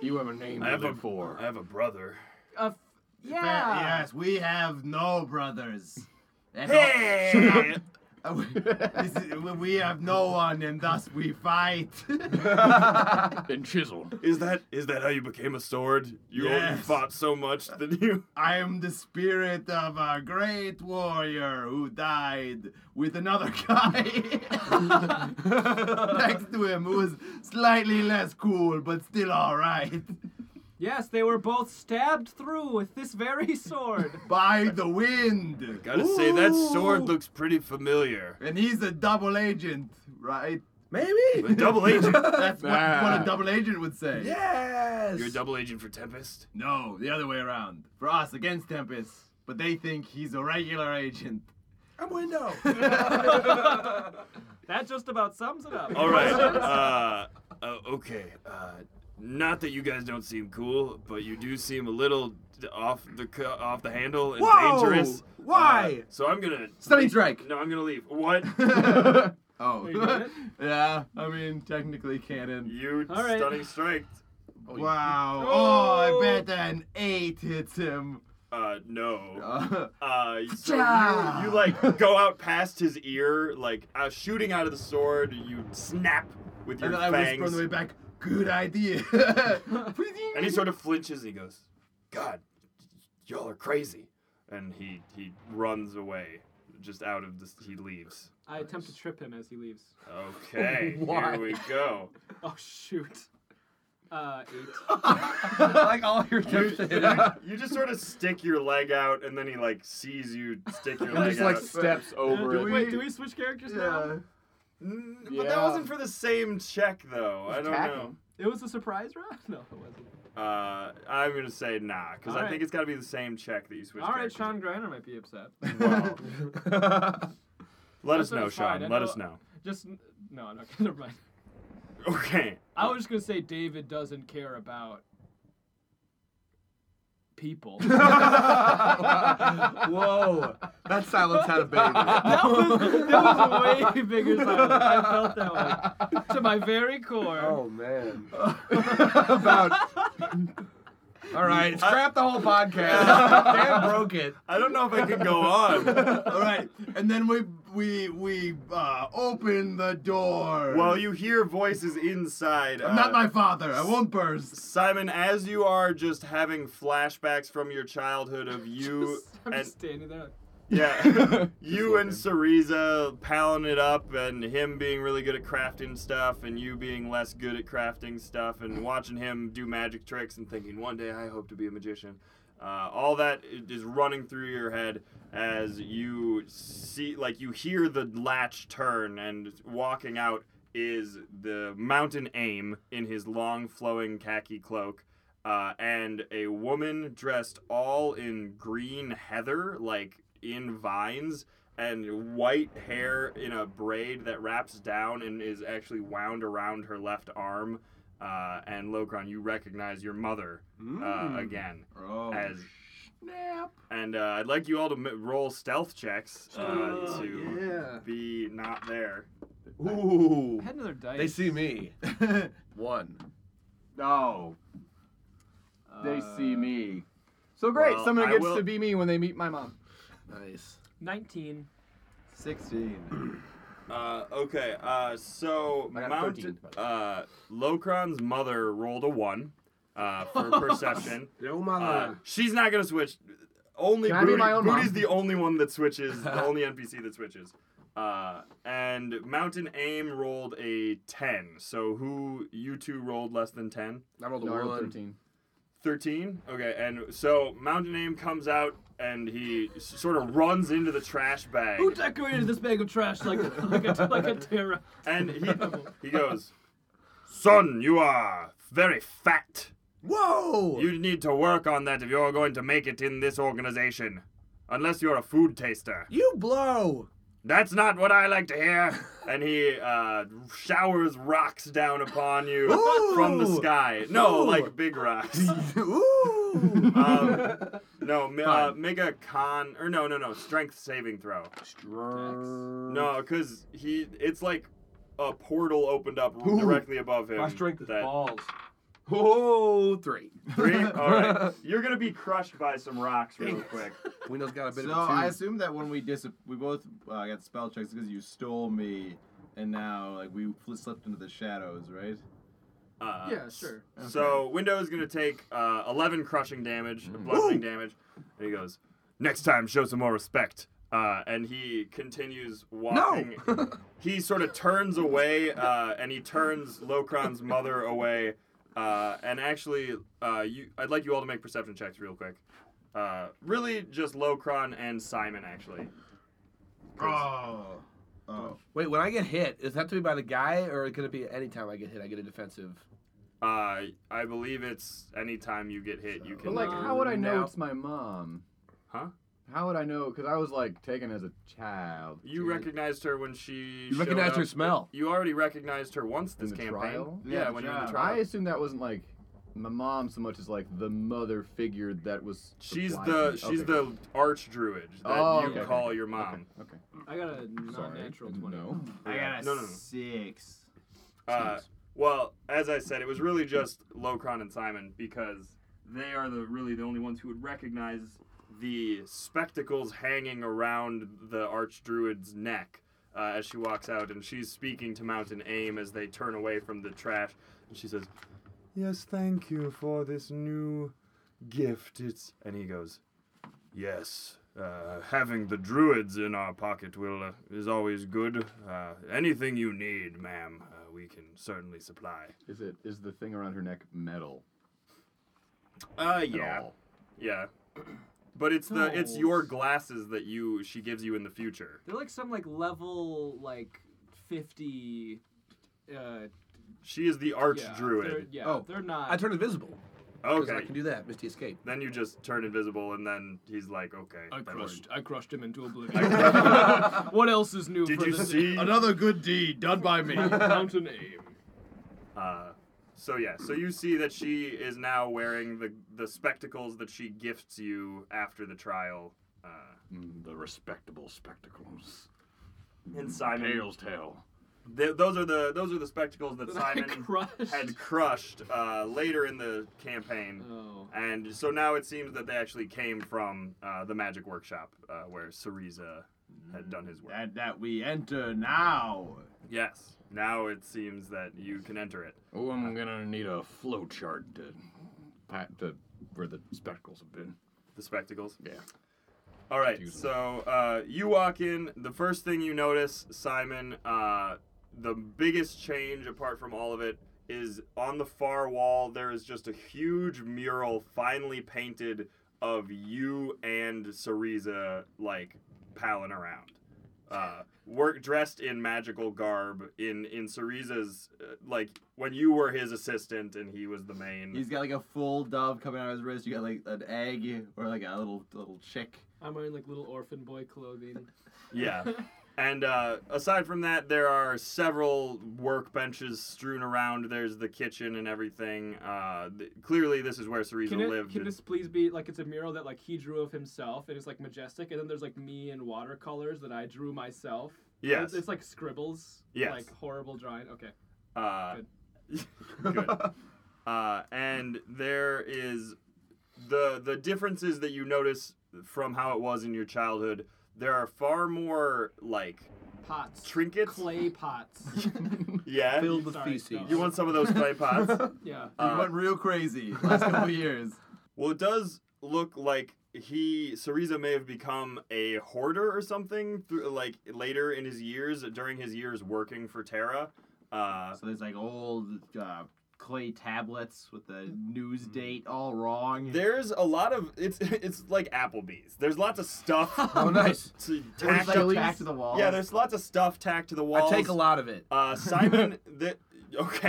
Speaker 2: You have a name
Speaker 1: I
Speaker 2: to
Speaker 1: have
Speaker 2: live
Speaker 1: a-
Speaker 2: for.
Speaker 1: I have a brother.
Speaker 4: A f-
Speaker 5: Fa-
Speaker 4: yeah.
Speaker 5: Yes, we have no brothers. That's all-
Speaker 1: Hey!
Speaker 5: Uh, we- this is- we- we have no one, and thus we fight.
Speaker 2: and chisel.
Speaker 1: Is that is that how you became a sword? You, you
Speaker 5: Yes.
Speaker 1: fought so much that you.
Speaker 5: I am the spirit of a great warrior who died with another guy next to him who was slightly less cool, but still all right.
Speaker 4: Yes, they were both stabbed through with this very sword.
Speaker 5: By the wind.
Speaker 1: Gotta say that sword
Speaker 5: Ooh.
Speaker 1: looks pretty familiar.
Speaker 5: And he's a double agent, right?
Speaker 1: A
Speaker 5: Maybe.
Speaker 1: double agent.
Speaker 5: That's what, what a double agent would say.
Speaker 3: Yes.
Speaker 1: You're a double agent for Tempest.
Speaker 5: No, the other way around. For us against Tempest, but they think he's a regular agent.
Speaker 3: I'm window.
Speaker 4: that just about sums it up.
Speaker 1: All right. Uh, uh, okay. Uh, not that you guys don't seem cool, but you do seem a little d- off the cu- off the handle and
Speaker 3: Whoa!
Speaker 1: dangerous.
Speaker 3: Why?
Speaker 1: Uh, so I'm gonna.
Speaker 5: Stunning strike.
Speaker 1: No, I'm gonna leave. What?
Speaker 5: Oh.
Speaker 4: You did it?
Speaker 5: yeah, I mean, technically canon.
Speaker 1: You
Speaker 4: All right.
Speaker 1: stunning strike.
Speaker 5: Wow.
Speaker 4: Oh.
Speaker 5: Oh, I bet an eight hits him.
Speaker 1: Uh, no.
Speaker 5: Uh,
Speaker 1: Uh, so
Speaker 5: Pshaw.
Speaker 1: you, you like go out past his ear, like uh, shooting out of the sword. You snap with your
Speaker 5: and then I whisper on
Speaker 1: fangs,
Speaker 5: the way back, good idea.
Speaker 1: and he sort of flinches. and He goes, "God, y'all are crazy," and he he runs away, just out of the. He leaves.
Speaker 4: I attempt to trip him as he leaves.
Speaker 1: Okay, here we go.
Speaker 4: Oh shoot. Uh, eight.
Speaker 15: like all your
Speaker 1: You,
Speaker 15: attempts to hit him.
Speaker 1: you, you just sort of stick your leg out, and then he like sees you stick your
Speaker 15: And
Speaker 1: leg
Speaker 15: just like
Speaker 1: out.
Speaker 15: steps over
Speaker 4: Uh,
Speaker 15: it.
Speaker 4: Wait, do we switch characters now?
Speaker 5: yeah.
Speaker 1: Mm, But that
Speaker 15: Yeah.
Speaker 1: wasn't for the same check though. I don't know.
Speaker 4: It was a surprise round? No, it wasn't.
Speaker 1: Uh, I'm gonna say nah, because I
Speaker 4: Alright.
Speaker 1: think it's got to be the same check that you switched.
Speaker 4: All right,
Speaker 1: characters.
Speaker 4: Sean Griner might be upset.
Speaker 1: Well, let us
Speaker 4: That's
Speaker 1: know,
Speaker 4: fine,
Speaker 1: Sean.
Speaker 4: I
Speaker 1: Let
Speaker 4: know-
Speaker 1: us know.
Speaker 4: Just no, I'm not gonna mind.
Speaker 1: Okay.
Speaker 4: I was just gonna say David doesn't care about people.
Speaker 3: Whoa. That silence had a
Speaker 4: That
Speaker 3: baby.
Speaker 4: was, that was way bigger silence. I felt that one to my very core.
Speaker 3: Oh man. About. All right, scrap the whole podcast. Dan broke it.
Speaker 1: I don't know if I can go on.
Speaker 5: All right, and then we we we uh, open the door.
Speaker 1: well, you hear voices inside.
Speaker 5: I'm
Speaker 1: uh,
Speaker 5: not my father. I won't burst.
Speaker 1: Simon, as you are just having flashbacks from your childhood of you
Speaker 4: I'm
Speaker 1: and
Speaker 4: just standing there. like,
Speaker 1: yeah, you and Cereza palling it up, and him being really good at crafting stuff, and you being less good at crafting stuff, and watching him do magic tricks, and thinking one day I hope to be a magician. Uh, all that i- is running through your head as you see, like you hear the latch turn, and walking out is the mountain aim in his long flowing khaki cloak uh, and a woman dressed all in green heather, like in vines, and white hair in a braid that wraps down and is actually wound around her left arm. Uh, and Locron, you recognize your mother
Speaker 16: Hmm.
Speaker 1: uh, again.
Speaker 5: Oh,
Speaker 1: As And uh, I'd like you all to m- roll stealth checks uh,
Speaker 16: Oh,
Speaker 1: to
Speaker 3: Yeah.
Speaker 1: be not there.
Speaker 3: Ooh.
Speaker 4: I had another dice.
Speaker 3: They see me. One.
Speaker 2: No, they see
Speaker 4: Uh,
Speaker 2: me.
Speaker 16: So great,
Speaker 1: Well,
Speaker 16: someone
Speaker 1: I
Speaker 16: gets
Speaker 1: will-
Speaker 16: to be me when they meet my mom.
Speaker 3: Nice.
Speaker 4: Nineteen.
Speaker 5: sixteen.
Speaker 1: Uh, okay, uh, so
Speaker 3: I got
Speaker 1: Mountain,
Speaker 3: 13, by the
Speaker 1: uh, Locron's mother rolled a one uh, for perception.
Speaker 3: Yo, my
Speaker 1: Uh, she's not gonna switch. Only
Speaker 16: Can I be
Speaker 1: Booty,
Speaker 16: my own mom?
Speaker 1: Booty's the only one that switches. the only NPC that switches. Uh, and Mountain Aim rolled a ten. So who you two rolled less than ten?
Speaker 3: I rolled a
Speaker 16: No, I rolled
Speaker 3: one.
Speaker 16: 13.
Speaker 1: 13 okay and so mountain aim comes out and he s- sort of runs into the trash bag
Speaker 4: Who decorated this bag of trash like like a, like a terror?
Speaker 1: and he he goes, "Son, you are very fat.
Speaker 3: Whoa!
Speaker 1: You need to work on that if you're going to make it in this organization." Unless you're a food taster.
Speaker 3: You blow.
Speaker 1: That's not what I like to hear. And he uh, showers rocks down upon you from the sky. No,
Speaker 7: Ooh.
Speaker 1: like big rocks.
Speaker 3: Ooh.
Speaker 1: Um, no, ma- uh, make a con or no, no, no, strength saving throw. No, because he, it's like a portal opened up
Speaker 17: Ooh.
Speaker 1: directly above him.
Speaker 17: My strength is
Speaker 1: that-
Speaker 17: balls.
Speaker 1: Oh, three. Three? All right. You're going to be crushed by some rocks real quick.
Speaker 8: Windows got a
Speaker 5: So I assume that when we dis- we both uh, got spell checks because you stole me, and now like we fl- slipped into the shadows, right?
Speaker 1: Uh, So Window is going to take uh, 11 crushing damage, bludgeoning damage. And he goes, next time, show some more respect. Uh, and he continues walking. he sort of turns away, uh, and he turns Locron's mother away. Uh, and actually, uh, you, I'd like you all to make perception checks real quick. Uh, really, just Locron and Simon, actually.
Speaker 8: Oh.
Speaker 5: Oh.
Speaker 8: Wait, when I get hit, does it have to be by the guy, or could it be any time I get hit, I get a defensive?
Speaker 1: Uh, I believe it's anytime you get hit, you can.
Speaker 2: But like, how would I know
Speaker 1: now-
Speaker 2: it's my mom?
Speaker 1: Huh?
Speaker 2: How would I know? Because I was like taken as a child.
Speaker 1: You recognized her when she.
Speaker 2: You
Speaker 1: showed
Speaker 2: recognized her
Speaker 1: up.
Speaker 2: smell.
Speaker 1: You already recognized her once this
Speaker 2: the
Speaker 1: campaign.
Speaker 2: trial?
Speaker 1: Yeah, when you were in the
Speaker 2: I
Speaker 1: trial.
Speaker 2: assume that wasn't like my mom so much as like the mother figure that was.
Speaker 1: She's
Speaker 2: supplied
Speaker 1: the
Speaker 2: me.
Speaker 1: she's
Speaker 2: Okay.
Speaker 1: the arch druid that
Speaker 2: Oh,
Speaker 1: you
Speaker 2: okay, okay,
Speaker 1: call
Speaker 2: okay.
Speaker 1: your mom.
Speaker 2: Okay.
Speaker 4: I got a non-natural twenty.
Speaker 1: Yeah. no, no, no.
Speaker 5: six.
Speaker 1: Uh, well, as I said, it was really just Locron and Simon because they are the really the only ones who would recognize the spectacles hanging around the archdruid's neck uh, as she walks out, and she's speaking to Mountain Aim as they turn away from the trash, and she says,
Speaker 7: Yes, thank you for this new gift. It's
Speaker 1: and he goes,
Speaker 7: yes. Uh, having the druids in our pocket will uh, is always good. Uh, anything you need, ma'am, uh, we can certainly supply.
Speaker 2: Is it is the thing around her neck metal?
Speaker 1: Uh, yeah, yeah. But it's the it's
Speaker 4: No.
Speaker 1: your glasses that you she gives you in the future.
Speaker 4: They're like some like level like fifty. Uh,
Speaker 1: She is the arch
Speaker 4: Yeah, they're-
Speaker 1: druid.
Speaker 4: yeah, Oh, they're not-
Speaker 8: I turn invisible. 'Cause
Speaker 1: Okay,
Speaker 8: I can do that, Misty Escape.
Speaker 1: Then you just turn invisible, and then he's like, okay.
Speaker 11: I
Speaker 1: that
Speaker 11: crushed.
Speaker 1: worked.
Speaker 11: I crushed him into oblivion. what else is new?
Speaker 1: Did
Speaker 11: for
Speaker 1: you
Speaker 11: this-
Speaker 1: see?
Speaker 11: another good deed done by me? Mountain aim.
Speaker 1: Uh, so yeah, so you see that she is now wearing the the spectacles that she gifts you after the trial. Uh,
Speaker 6: the respectable spectacles.
Speaker 1: And Simon-
Speaker 6: Tails tale.
Speaker 1: th- those are the those are the spectacles that
Speaker 6: That I
Speaker 1: Simon had crushed uh, later in the campaign,
Speaker 4: Uh.
Speaker 1: and so now it seems that they actually came from uh, the magic workshop uh, where Syriza had done his work.
Speaker 5: That that we enter now.
Speaker 1: Yes. Now it seems that you can enter it.
Speaker 6: Oh, I'm gonna need a flow chart to, pat to where the spectacles have been.
Speaker 1: The spectacles?
Speaker 6: Yeah.
Speaker 1: All right. So uh, you walk in. The first thing you notice, Simon, uh, the biggest change apart from all of it is on the far wall. There is just a huge mural, finely painted, of you and Syriza like palling around. Uh, work dressed in magical garb in in Syriza's uh, like when you were his assistant and he was the main.
Speaker 5: He's got like a full dove coming out of his wrist. You got like an egg or like a little little chick.
Speaker 4: I'm wearing like little orphan boy clothing.
Speaker 1: Yeah. And uh, aside from that, there are several workbenches strewn around. There's the kitchen and everything. Uh, th- clearly, this is where Cereza
Speaker 4: Can, it,
Speaker 1: lived.
Speaker 4: can this please be like it's a mural that like he drew of himself and it's like majestic, and then there's like me in watercolors that I drew myself.
Speaker 1: Yes.
Speaker 4: It's, it's like scribbles.
Speaker 1: Yes.
Speaker 4: Like horrible drawing. Okay.
Speaker 1: Uh, good. Uh, and there is the the differences that you notice from how it was in your childhood. There are far more like
Speaker 4: Pots.
Speaker 1: trinkets.
Speaker 4: Clay pots.
Speaker 1: Yeah.
Speaker 4: Filled with Sorry, feces. no.
Speaker 1: You want some of those clay pots?
Speaker 4: yeah.
Speaker 1: Uh,
Speaker 5: he went real crazy last couple years.
Speaker 1: Well, it does look like he Syriza may have become a hoarder or something through like later in his years during his years working for Terra. Uh,
Speaker 5: so there's like old uh, clay tablets with the news date all wrong.
Speaker 1: There's a lot of it's it's like Applebee's. There's lots of stuff. oh,
Speaker 5: nice.
Speaker 1: To
Speaker 5: There's,
Speaker 1: tacked
Speaker 5: like, tacked to the walls?
Speaker 1: Yeah, there's lots of stuff tacked to the walls.
Speaker 8: I take a lot of it.
Speaker 1: Uh, Simon, the, Okay.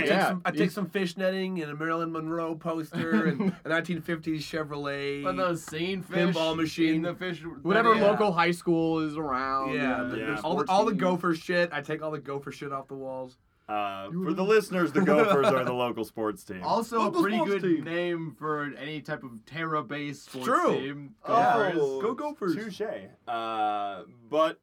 Speaker 8: I took,
Speaker 1: Yeah,
Speaker 8: some, I
Speaker 1: you-
Speaker 8: took some fish netting and a Marilyn Monroe poster and a 1950s Chevrolet.
Speaker 5: One of those seen fish
Speaker 8: pinball
Speaker 5: in
Speaker 8: machine.
Speaker 5: the fish-
Speaker 2: Whatever
Speaker 8: Yeah.
Speaker 2: local high school is around.
Speaker 8: Yeah,
Speaker 2: and
Speaker 8: the-
Speaker 2: there's
Speaker 8: All, the,
Speaker 2: sports
Speaker 8: all the
Speaker 2: teams.
Speaker 8: gopher shit. I take all the gopher shit off the walls.
Speaker 1: Uh, for the listeners, the Gophers are the local sports team.
Speaker 5: Also,
Speaker 8: Local
Speaker 5: a pretty
Speaker 8: sports
Speaker 5: good
Speaker 8: team.
Speaker 5: name for any type of Terra-based sports
Speaker 1: true.
Speaker 5: team.
Speaker 1: Oh.
Speaker 5: Gophers.
Speaker 1: Go
Speaker 8: Gophers.
Speaker 1: Touche. Uh, but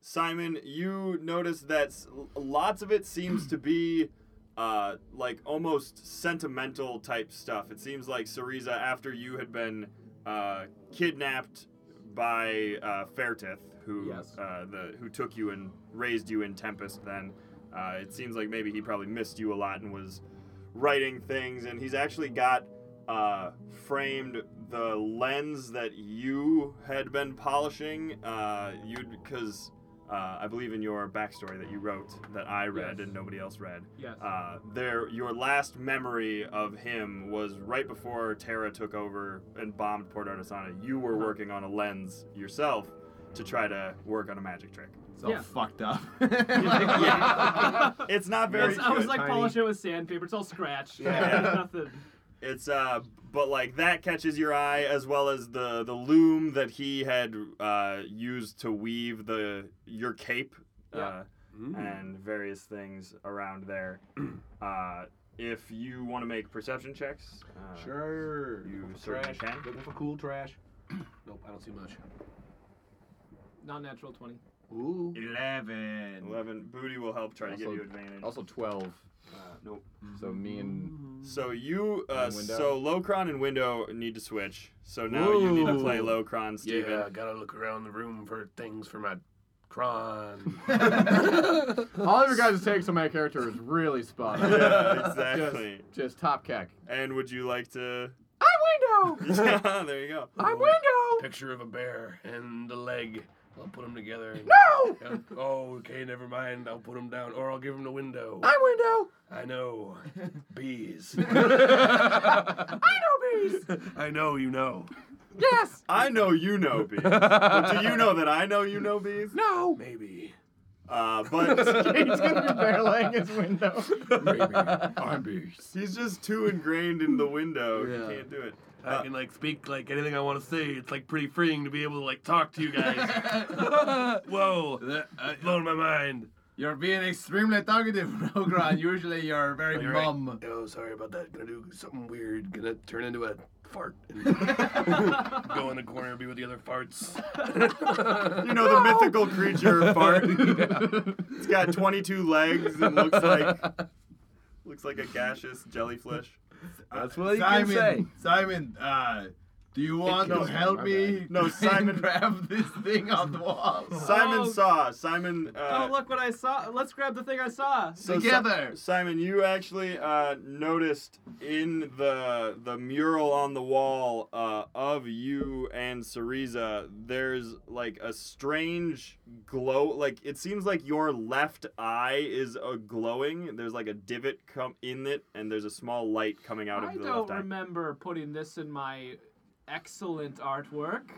Speaker 1: Simon, you notice that s- lots of it seems to be uh, like almost sentimental type stuff. It seems like Syriza, after you had been uh, kidnapped by uh, Fairtith, who
Speaker 5: Yes.
Speaker 1: uh, the who took you and raised you in Tempest, then uh, it seems like maybe he probably missed you a lot and was writing things, and he's actually got uh, framed the lens that you had been polishing. Uh, you because uh, I believe in your backstory that you wrote that I read
Speaker 4: Yes.
Speaker 1: and nobody else read.
Speaker 4: Yes.
Speaker 1: Uh, there, your last memory of him was right before Terra took over and bombed Port Artisana. You
Speaker 4: Uh-huh.
Speaker 1: were working on a lens yourself to try to work on a magic trick.
Speaker 5: It's all
Speaker 4: Yeah.
Speaker 5: fucked up.
Speaker 1: Yeah. it's not very.
Speaker 4: It's- I was
Speaker 1: good.
Speaker 4: like
Speaker 5: Tiny.
Speaker 4: polishing it with sandpaper. It's all scratched.
Speaker 1: Yeah.
Speaker 4: There's nothing.
Speaker 1: It's uh, but like that catches your eye as well as the the loom that he had uh used to weave the your cape, uh,
Speaker 6: Mm.
Speaker 1: and various things around there. uh, if you want to make perception checks, uh,
Speaker 8: Sure.
Speaker 1: you certainly
Speaker 8: trash.
Speaker 1: can.
Speaker 8: Looking for cool trash. Nope, I don't see much.
Speaker 4: Not natural 20.
Speaker 8: Ooh.
Speaker 5: Eleven.
Speaker 1: Eleven booty will help try to give
Speaker 6: Also-
Speaker 1: you advantage.
Speaker 6: Also 12.
Speaker 1: uh, nope.
Speaker 6: So me and.
Speaker 1: So you uh,
Speaker 6: And Window?
Speaker 1: so Locron and Window need to switch. So now you need to play Locron, Steven.
Speaker 14: Yeah, I gotta look around the room for things for my cron.
Speaker 2: All of your guys' takes on my character is really spot on.
Speaker 1: Yeah, exactly.
Speaker 2: Just, just top keck.
Speaker 1: And would you like to?
Speaker 2: I'm window.
Speaker 1: yeah, there you go.
Speaker 2: I'm window.
Speaker 14: Picture of a bear and the leg. I'll put them together. and-
Speaker 2: No.
Speaker 14: Yeah. Oh, okay, never mind. I'll put them down, or I'll give them the window.
Speaker 2: I'm window.
Speaker 14: I know. Bees.
Speaker 2: I know bees.
Speaker 14: I know you know.
Speaker 2: Yes.
Speaker 1: I know you know bees. but do you know that I know you know bees?
Speaker 2: No.
Speaker 14: Maybe.
Speaker 1: Uh, but
Speaker 2: He's gonna be barreling his window.
Speaker 14: Maybe. I'm bees.
Speaker 1: he's just too ingrained in the window. He
Speaker 14: Yeah.
Speaker 1: can't do it.
Speaker 14: I can like speak like anything I want to say. It's like pretty freeing to be able to like talk to you guys. Whoa,
Speaker 5: That- uh,
Speaker 14: blowing my mind.
Speaker 5: You're being extremely talkative, Rogron. Usually you're very
Speaker 14: You're right.
Speaker 5: mum.
Speaker 14: Oh, sorry about that. Gonna do something weird. Gonna turn into a fart and go in the corner and be with the other farts.
Speaker 1: You know the mythical creature fart. It's got 22 legs and looks like looks like a gaseous jellyfish.
Speaker 8: That's what you
Speaker 5: Simon,
Speaker 8: can say.
Speaker 5: Simon, uh, do you want to
Speaker 8: kills me,
Speaker 5: help
Speaker 8: my
Speaker 5: me?
Speaker 1: No, Simon-
Speaker 5: grab this thing off the wall.
Speaker 1: Simon
Speaker 4: Oh.
Speaker 1: saw. Simon. Uh,
Speaker 4: oh, look what I saw. Let's grab the thing I saw.
Speaker 1: So Si-
Speaker 5: Together.
Speaker 1: Simon, you actually uh, noticed in the the mural on the wall uh, of you and Syriza, there's like a strange glow. Like it seems like your left eye is uh, glowing. There's like a divot come in it, and there's a small light coming out
Speaker 4: I
Speaker 1: of the
Speaker 4: don't
Speaker 1: left eye.
Speaker 4: remember putting this in my excellent artwork,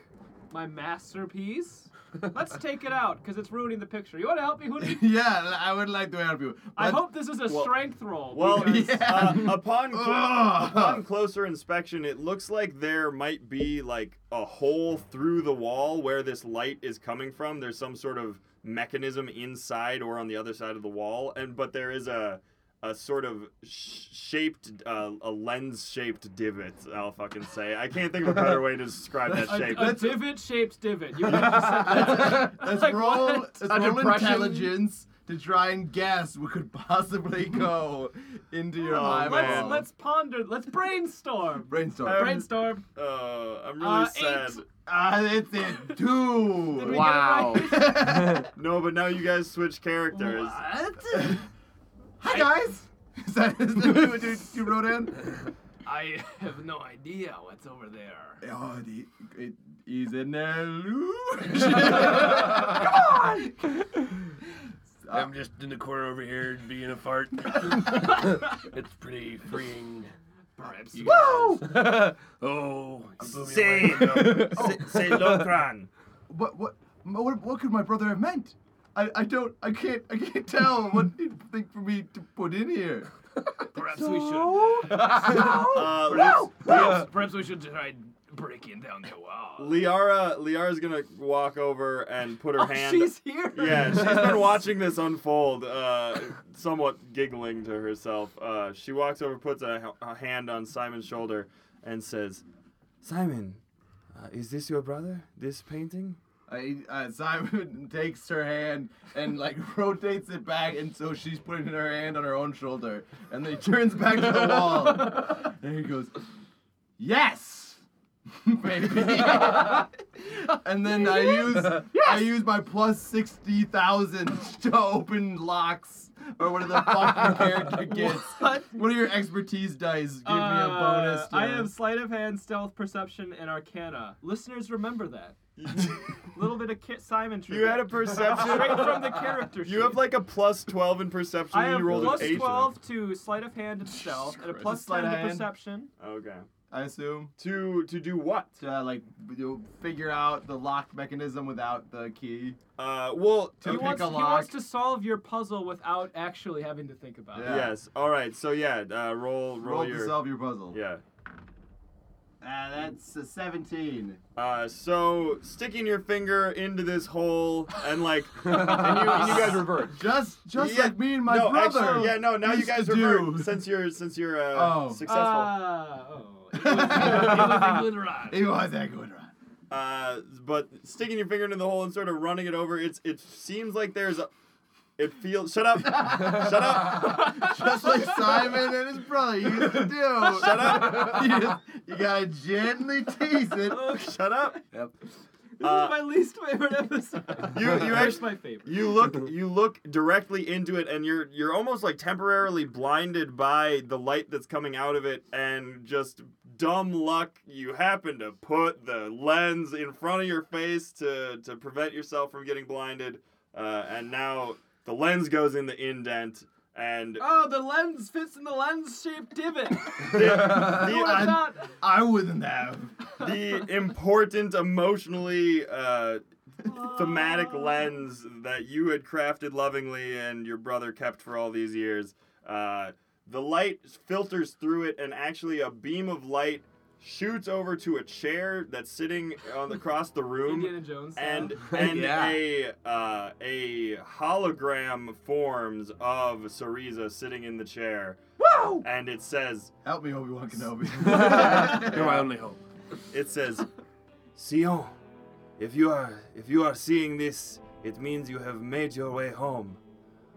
Speaker 4: my masterpiece. Let's take it out because it's ruining the picture. You want to help me, Hoodie?
Speaker 5: yeah, I would like to help you.
Speaker 4: I
Speaker 5: but-
Speaker 4: hope this is a
Speaker 1: Well-
Speaker 4: strength roll.
Speaker 1: Well,
Speaker 4: because-
Speaker 1: uh, upon clo-
Speaker 5: Ugh.
Speaker 1: upon closer inspection, it looks like there might be like a hole through the wall where this light is coming from. There's some sort of mechanism inside or on the other side of the wall, and but there is a a sort of sh- shaped uh, a lens shaped divot. I'll fucking say. I can't think of a better way to describe that shape.
Speaker 4: a, a divot shaped divot. You let's
Speaker 5: Let's roll, let's roll intelligence to try and guess what could possibly go into your
Speaker 1: Oh,
Speaker 5: eyeball.
Speaker 1: man.
Speaker 4: Let's, let's ponder. Let's brainstorm.
Speaker 5: brainstorm.
Speaker 4: brainstorm.
Speaker 1: Uh, I'm really
Speaker 4: Uh,
Speaker 1: sad.
Speaker 4: eight.
Speaker 5: Ah, that's it. Two.
Speaker 4: Did we
Speaker 2: Wow.
Speaker 4: get it right?
Speaker 1: No, but now you guys switch characters.
Speaker 5: What? Hi guys. Is that, is that what you, you wrote in?
Speaker 11: I have no idea what's over there.
Speaker 5: Oh, the, it is an illusion. Come on.
Speaker 14: I'm just in the corner over here being a fart. it's pretty freeing.
Speaker 11: Perhaps you
Speaker 14: Woo! oh, you blew me away.
Speaker 7: Say, say, say Locron.
Speaker 5: What, what, what, what could my brother have meant? I, I don't, I can't, I can't tell what something for me to put in here.
Speaker 11: Perhaps we should.
Speaker 1: Uh,
Speaker 11: perhaps, perhaps, perhaps we should try breaking down their wall.
Speaker 1: Liara, Liara's gonna walk over and put her
Speaker 11: Oh,
Speaker 1: hand.
Speaker 11: she's here.
Speaker 1: Yeah, she's been watching this unfold, uh, somewhat giggling to herself. Uh, she walks over, puts a, a hand on Simon's shoulder, and says, "Simon, uh, is this your brother? This painting?"
Speaker 5: I, uh, Simon takes her hand and like rotates it back, and so she's putting her hand on her own shoulder, and then he turns back to the wall. and he goes, "Yes, baby." and then I use I use my plus sixty thousand to open locks or whatever the fuck your character gets.
Speaker 4: What? Uh,
Speaker 5: What are your expertise dice? Give me a bonus.
Speaker 4: I
Speaker 5: to-
Speaker 4: have sleight of hand, stealth, perception, and arcana. Listeners, remember that. little bit of ki- Simon trivia.
Speaker 1: You had a perception
Speaker 4: straight from the character.
Speaker 1: You have
Speaker 4: sheet.
Speaker 1: like a plus twelve in perception.
Speaker 4: I
Speaker 1: and
Speaker 4: have
Speaker 1: you rolled
Speaker 4: plus
Speaker 1: an eight.
Speaker 4: 12 to sleight of hand and stealth, and a
Speaker 5: Christ.
Speaker 4: plus
Speaker 5: Sleight
Speaker 4: 10
Speaker 5: of
Speaker 4: to
Speaker 5: hand.
Speaker 4: perception.
Speaker 1: Okay.
Speaker 5: I assume.
Speaker 1: To to do what?
Speaker 5: To uh, like you know, figure out the lock mechanism without the key.
Speaker 1: Uh, well,
Speaker 5: to
Speaker 4: he,
Speaker 5: pick
Speaker 4: wants,
Speaker 5: a
Speaker 4: he
Speaker 5: lock.
Speaker 4: wants to solve your puzzle without actually having to think about
Speaker 5: Yeah.
Speaker 4: it.
Speaker 1: Yes. All right. So yeah, uh, roll roll,
Speaker 5: roll
Speaker 1: your
Speaker 5: to solve your puzzle.
Speaker 1: yeah.
Speaker 5: Ah, that's a 17.
Speaker 1: Uh, so sticking your finger into this hole and like, and you, and you guys revert.
Speaker 5: Just just
Speaker 1: Yeah,
Speaker 5: like me and my
Speaker 1: no,
Speaker 5: brother.
Speaker 1: Actually, yeah, no. Now you
Speaker 5: used
Speaker 1: guys
Speaker 5: to
Speaker 1: revert
Speaker 5: do.
Speaker 1: since you're since you're uh,
Speaker 5: Oh.
Speaker 1: successful.
Speaker 4: Ah, oh. It was, it was a good ride.
Speaker 5: It was that good run.
Speaker 1: Uh, but sticking your finger into the hole and sort of running it over, it's it seems like there's a. It feels. Shut up. Shut up.
Speaker 5: Just like Simon and his brother used to do. Shut
Speaker 1: up.
Speaker 5: you, just- you gotta gently tease it.
Speaker 1: Shut up.
Speaker 4: This
Speaker 1: Uh,
Speaker 4: is my least favorite episode.
Speaker 1: You you
Speaker 4: Where's
Speaker 1: actually.
Speaker 4: my favorite?
Speaker 1: You look you look directly into it and you're you're almost like temporarily blinded by the light that's coming out of it and just dumb luck you happen to put the lens in front of your face to to prevent yourself from getting blinded uh, and now the lens goes in the indent and
Speaker 4: Oh, the lens fits in the lens-shaped divot.
Speaker 1: the,
Speaker 4: Who would've thought?
Speaker 5: I wouldn't have.
Speaker 1: the important emotionally uh, thematic lens that you had crafted lovingly and your brother kept for all these years. Uh, the light filters through it, and actually a beam of light shoots over to a chair that's sitting on the, across the room.
Speaker 4: Indiana Jones. style.
Speaker 1: And and
Speaker 14: Yeah.
Speaker 1: a uh, a hologram forms of Syriza sitting in the chair,
Speaker 5: Whoa!
Speaker 1: and it says
Speaker 5: Help me, Obi Wan Kenobi.
Speaker 14: You're my only hope.
Speaker 1: it says
Speaker 7: Sion, if you are if you are seeing this, it means you have made your way home.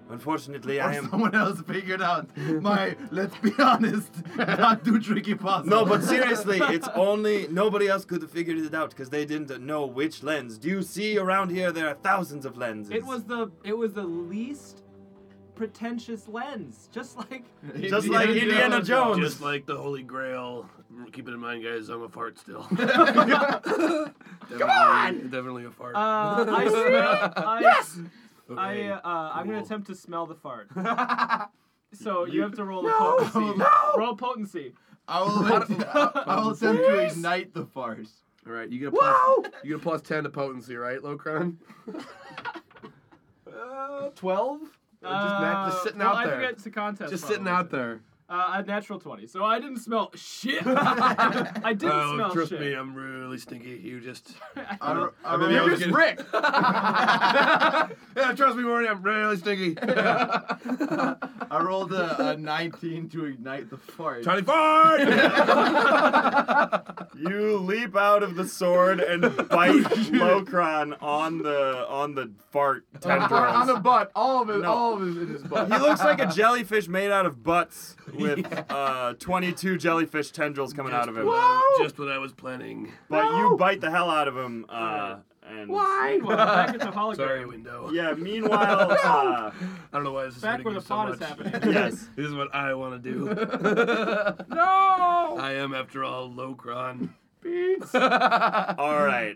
Speaker 7: Unfortunately,
Speaker 5: or
Speaker 7: I am.
Speaker 5: someone else figured out my. Let's be honest. Not do tricky puzzles.
Speaker 7: No, but seriously, it's only nobody else could have figured it out because they didn't know which lens. Do you see around here? There are thousands of lenses.
Speaker 4: It was the it was the least pretentious lens, just like
Speaker 1: just like Indiana Jones.
Speaker 14: Just like the Holy Grail. Keep it in mind, guys, I'm a fart still. Come on! Definitely a fart.
Speaker 4: uh, I smell. I, yes. I uh, I'm gonna
Speaker 14: Cool.
Speaker 4: attempt to smell the fart. So you have to roll a potency. Roll potency.
Speaker 5: I will, I will attempt to ignite the farce.
Speaker 14: All right, you get a plus, you get a plus ten to potency, right, Locron? Uh, twelve. just, na- just
Speaker 4: Uh,
Speaker 14: sitting
Speaker 4: well,
Speaker 14: out
Speaker 4: I
Speaker 14: there.
Speaker 4: think it's a contest.
Speaker 14: Just sitting out there.
Speaker 4: there. Uh, a natural twenty. So I didn't smell shit. I didn't
Speaker 14: Oh,
Speaker 4: smell
Speaker 14: trust
Speaker 4: shit.
Speaker 14: me, I'm really stinky. You just.
Speaker 5: I, I,
Speaker 14: I mean, I
Speaker 5: rolled-
Speaker 14: was getting-
Speaker 5: Rick.
Speaker 14: yeah, trust me, Morty. I'm really stinky.
Speaker 5: I rolled a, a 19 to ignite the fart.
Speaker 14: Tiny fart.
Speaker 1: You leap out of the sword and bite Locron on the on the fart
Speaker 2: on the
Speaker 1: tendrils.
Speaker 2: butt, all of it,
Speaker 1: No.
Speaker 2: all of it in his butt.
Speaker 1: He looks like a jellyfish made out of butts with uh, 22 jellyfish tendrils coming out of him.
Speaker 14: just what I was planning.
Speaker 1: But you bite the hell out of him. Uh, and
Speaker 4: Meanwhile, back at the hologram.
Speaker 14: Sorry, window.
Speaker 1: Yeah. Meanwhile, uh,
Speaker 14: I don't know why this is
Speaker 4: Back where
Speaker 14: hurting you
Speaker 4: the
Speaker 14: so
Speaker 4: pot is
Speaker 14: much.
Speaker 4: happening.
Speaker 1: yes.
Speaker 14: This is what I want to do.
Speaker 4: No.
Speaker 14: I am, after all, Locron.
Speaker 1: All right.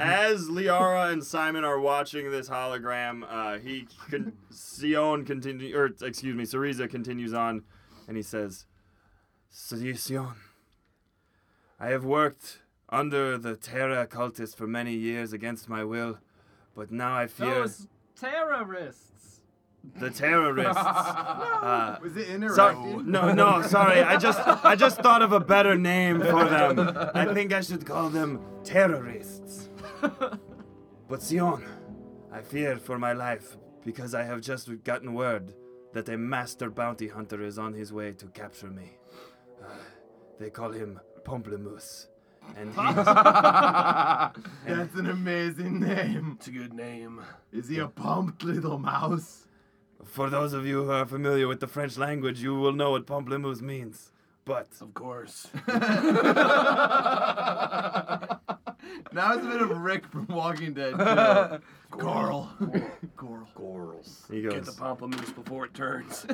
Speaker 1: As Liara and Simon are watching this hologram, uh, he con- Sion continue, or excuse me, Syriza continues on, and he says,
Speaker 7: See, Sion, I have worked under the Terra cultists for many years against my will, but now I fear.
Speaker 4: Those terrorists.
Speaker 14: the terrorists. uh,
Speaker 5: Was it
Speaker 14: Sorry,
Speaker 5: interrupted?
Speaker 14: no, no, sorry. I just I just thought of a better name for them. I think I should call them terrorists. But Sion, I fear for my life because I have just gotten word that a master bounty hunter is on his way to capture me. Uh, they call him Pomplamoose. And he,
Speaker 5: That's an amazing name. It's a good name. Is he a pumped little mouse?
Speaker 14: For those of you who are familiar with the French language, you will know what pamplemousse means. But
Speaker 3: of course,
Speaker 5: Now it's a bit of Rick from Walking Dead. Too.
Speaker 3: Coral.
Speaker 5: Coral.
Speaker 3: Corals.
Speaker 14: He
Speaker 3: Get the
Speaker 14: goes-
Speaker 3: pomplamoose before it turns.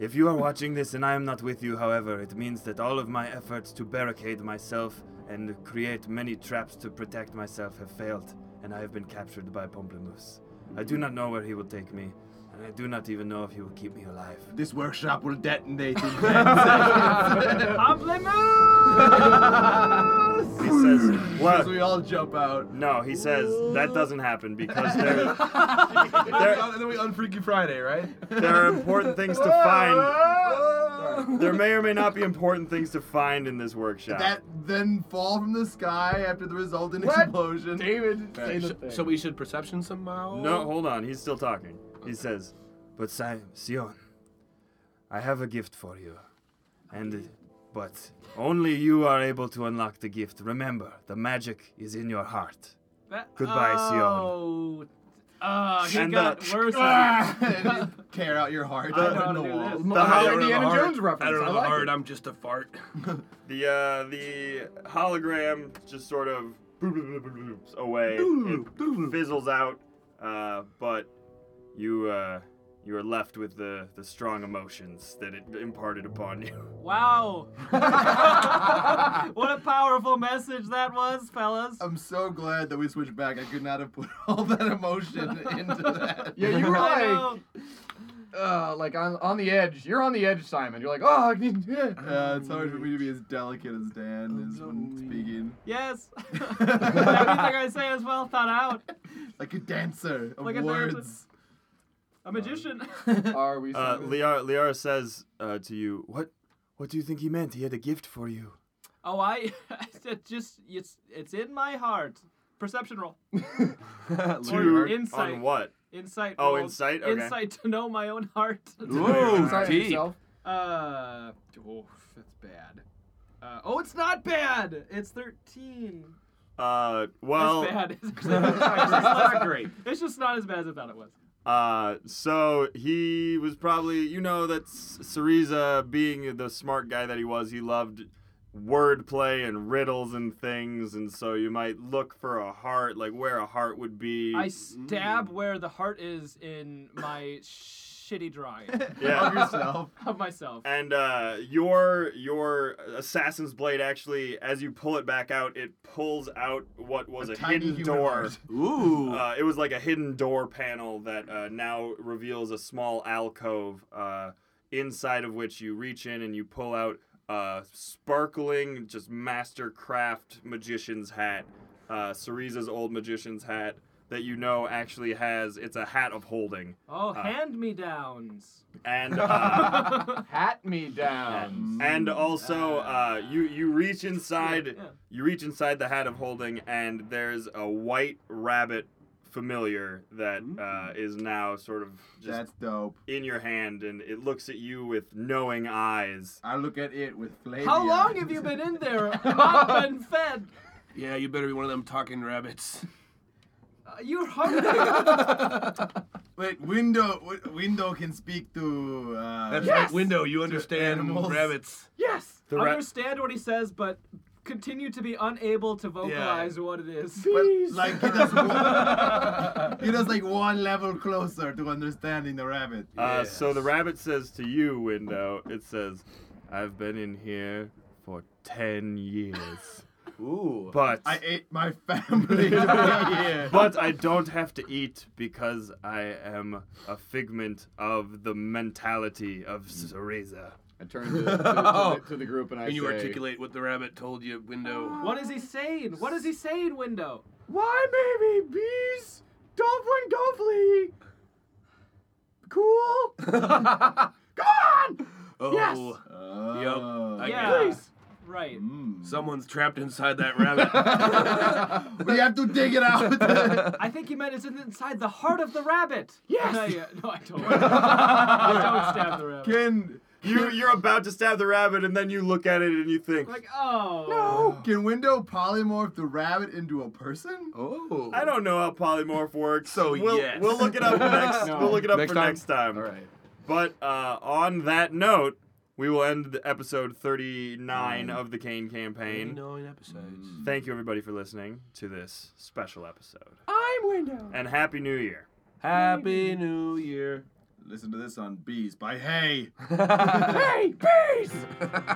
Speaker 14: if you are watching this and I am not with you, however, it means that all of my efforts to barricade myself and create many traps to protect myself have failed, and I have been captured by Pamplemousse. I do not know where he will take me, and I do not even know if he will keep me alive.
Speaker 5: This workshop will detonate in 10
Speaker 4: Pomplamoose!
Speaker 14: He says, "What?"
Speaker 5: we all jump out.
Speaker 14: No, he says that doesn't happen because there,
Speaker 5: and then we unfreaky Friday, right?
Speaker 14: there are important things to find. There may or may not be important things to find in this workshop.
Speaker 5: That then fall from the sky after the resulting explosion. David,
Speaker 14: say the thing.
Speaker 5: so we should perception somehow.
Speaker 14: No, hold on. He's still talking. He says, "But Si- Sion, I have a gift for you, and but only you are able to unlock the gift. Remember, the magic is in your heart. Goodbye, Sion."
Speaker 4: Oh, uh, he
Speaker 14: And
Speaker 4: got
Speaker 14: the-
Speaker 4: worse.
Speaker 18: Ah.
Speaker 5: Tear out your heart.
Speaker 14: The-
Speaker 5: I don't know
Speaker 14: the-
Speaker 5: how to do
Speaker 14: the
Speaker 5: this. I don't know the
Speaker 14: how- Indiana
Speaker 5: heart.
Speaker 14: Jones reference.
Speaker 5: I don't know
Speaker 14: I
Speaker 5: the
Speaker 14: like
Speaker 5: heart.
Speaker 14: it.
Speaker 5: I'm just a fart.
Speaker 1: The uh, the hologram just sort of away, it fizzles out.
Speaker 14: Uh, but you uh, you are left with the the strong emotions that it imparted upon you.
Speaker 4: Wow. what a powerful message that was, fellas.
Speaker 18: Uh,
Speaker 5: I'm so glad that we switched back. I could not have put all that emotion into that.
Speaker 18: Yeah, you were like, uh, like on, on the edge. You're on the edge, Simon. You're like, oh, I need. Yeah.
Speaker 5: Yeah, it's hard for me to be as delicate as Dan is when speaking.
Speaker 4: Yes. Everything I say is well thought out.
Speaker 5: Like a dancer of
Speaker 4: Like a dancer.
Speaker 5: words.
Speaker 4: A magician. Oh,
Speaker 18: Are we?
Speaker 14: Uh, Liara, Liara says uh, to you, "What? What do you think he meant? He had a gift for you."
Speaker 4: Oh, I, I said just it's it's in my heart. Perception roll.
Speaker 1: your
Speaker 4: or
Speaker 1: heart?
Speaker 4: insight.
Speaker 1: On what?
Speaker 4: Insight.
Speaker 1: Oh,
Speaker 4: roll.
Speaker 1: insight? Okay.
Speaker 4: Insight to know my own heart.
Speaker 1: Ooh, Inside deep. yourself.
Speaker 4: Uh, oh, that's bad. Uh, oh, it's not bad. It's thirteen.
Speaker 1: Uh, well,
Speaker 4: it's bad. It's actually- it's not great. It's just not as bad as I thought it was.
Speaker 1: Uh, so he was probably, you know, that S- Syriza, being the smart guy that he was, he loved wordplay and riddles and things, and so you might look for a heart, like where a heart would be.
Speaker 4: I stab where the heart is in my shitty drawing.
Speaker 1: Yeah.
Speaker 4: Of yourself. of myself.
Speaker 1: And uh, your your assassin's blade actually, as you pull it back out, it pulls out what was a,
Speaker 5: tiny
Speaker 1: hidden
Speaker 5: human
Speaker 1: door.
Speaker 5: heart.
Speaker 1: Ooh! Uh, it was like a hidden door panel that uh, now reveals a small alcove, uh, inside of which you reach in and you pull out a sparkling, just master craft magician's hat, uh, Syriza's old magician's hat that you know actually has. It's a hat of holding.
Speaker 4: Oh,
Speaker 1: Uh,
Speaker 4: hand me downs.
Speaker 1: and uh,
Speaker 18: hat me
Speaker 5: Mm,
Speaker 18: down.
Speaker 1: And also, uh,
Speaker 5: Ah.
Speaker 1: you you reach inside, you reach inside the hat of holding, and there's a white rabbit familiar that uh, is now sort of just
Speaker 5: Mm. That's dope.
Speaker 1: in your hand, and it looks at you with knowing eyes.
Speaker 5: I look at it with flavor.
Speaker 4: How long have you been in there? Not been fed.
Speaker 3: yeah, you better be one of them talking rabbits.
Speaker 4: Uh, You're hungry.
Speaker 5: Wait, window w- window can speak to. Uh,
Speaker 3: That's right, window. You understand
Speaker 5: animals.
Speaker 3: rabbits?
Speaker 4: yes.
Speaker 3: The ra-
Speaker 4: Understand what he says, but continue to be unable to vocalize what it is.
Speaker 5: But like he does, one, he does like one level closer to understanding the rabbit.
Speaker 1: Uh, So the rabbit says to you, window. It says, "I've been in here for ten years."
Speaker 3: Ooh.
Speaker 1: But
Speaker 5: I ate my family to be here.
Speaker 1: But I don't have to eat because I am a figment of the mentality of Cereza.
Speaker 3: I
Speaker 1: turn
Speaker 3: to- to- to the- to
Speaker 1: the group
Speaker 3: Can you articulate what the rabbit told you, window?
Speaker 4: What is he saying? What is he saying, Window?
Speaker 18: Why, baby bees? Dolphin Gobley,
Speaker 3: Oh.
Speaker 5: Yes!
Speaker 3: Yep. I
Speaker 4: yeah.
Speaker 3: get it.
Speaker 4: Right.
Speaker 3: Someone's trapped inside that rabbit.
Speaker 4: we
Speaker 5: have to dig it out.
Speaker 4: I think he meant it's inside the heart of the rabbit. Yes. No, yeah, no I don't. I don't stab the rabbit.
Speaker 1: Can you you're about to stab the rabbit and then you look at it and you think
Speaker 4: Like, oh.
Speaker 5: No. Can window polymorph the rabbit into a person?
Speaker 3: Oh.
Speaker 1: I don't know how polymorph works.
Speaker 3: So
Speaker 1: we'll,
Speaker 3: yes.
Speaker 1: we'll look it up for next.
Speaker 3: No.
Speaker 1: We'll look it up
Speaker 3: Next
Speaker 1: for
Speaker 3: time?
Speaker 1: next time. All right. But uh, on that note, we will end the episode 39 of the Kane campaign.
Speaker 3: Nine episodes.
Speaker 1: Thank you everybody for listening to this special episode.
Speaker 19: I'm Window.
Speaker 1: And happy New Year.
Speaker 3: Happy New Year.
Speaker 20: Listen to this on Bees by Hey.
Speaker 19: hey, peace.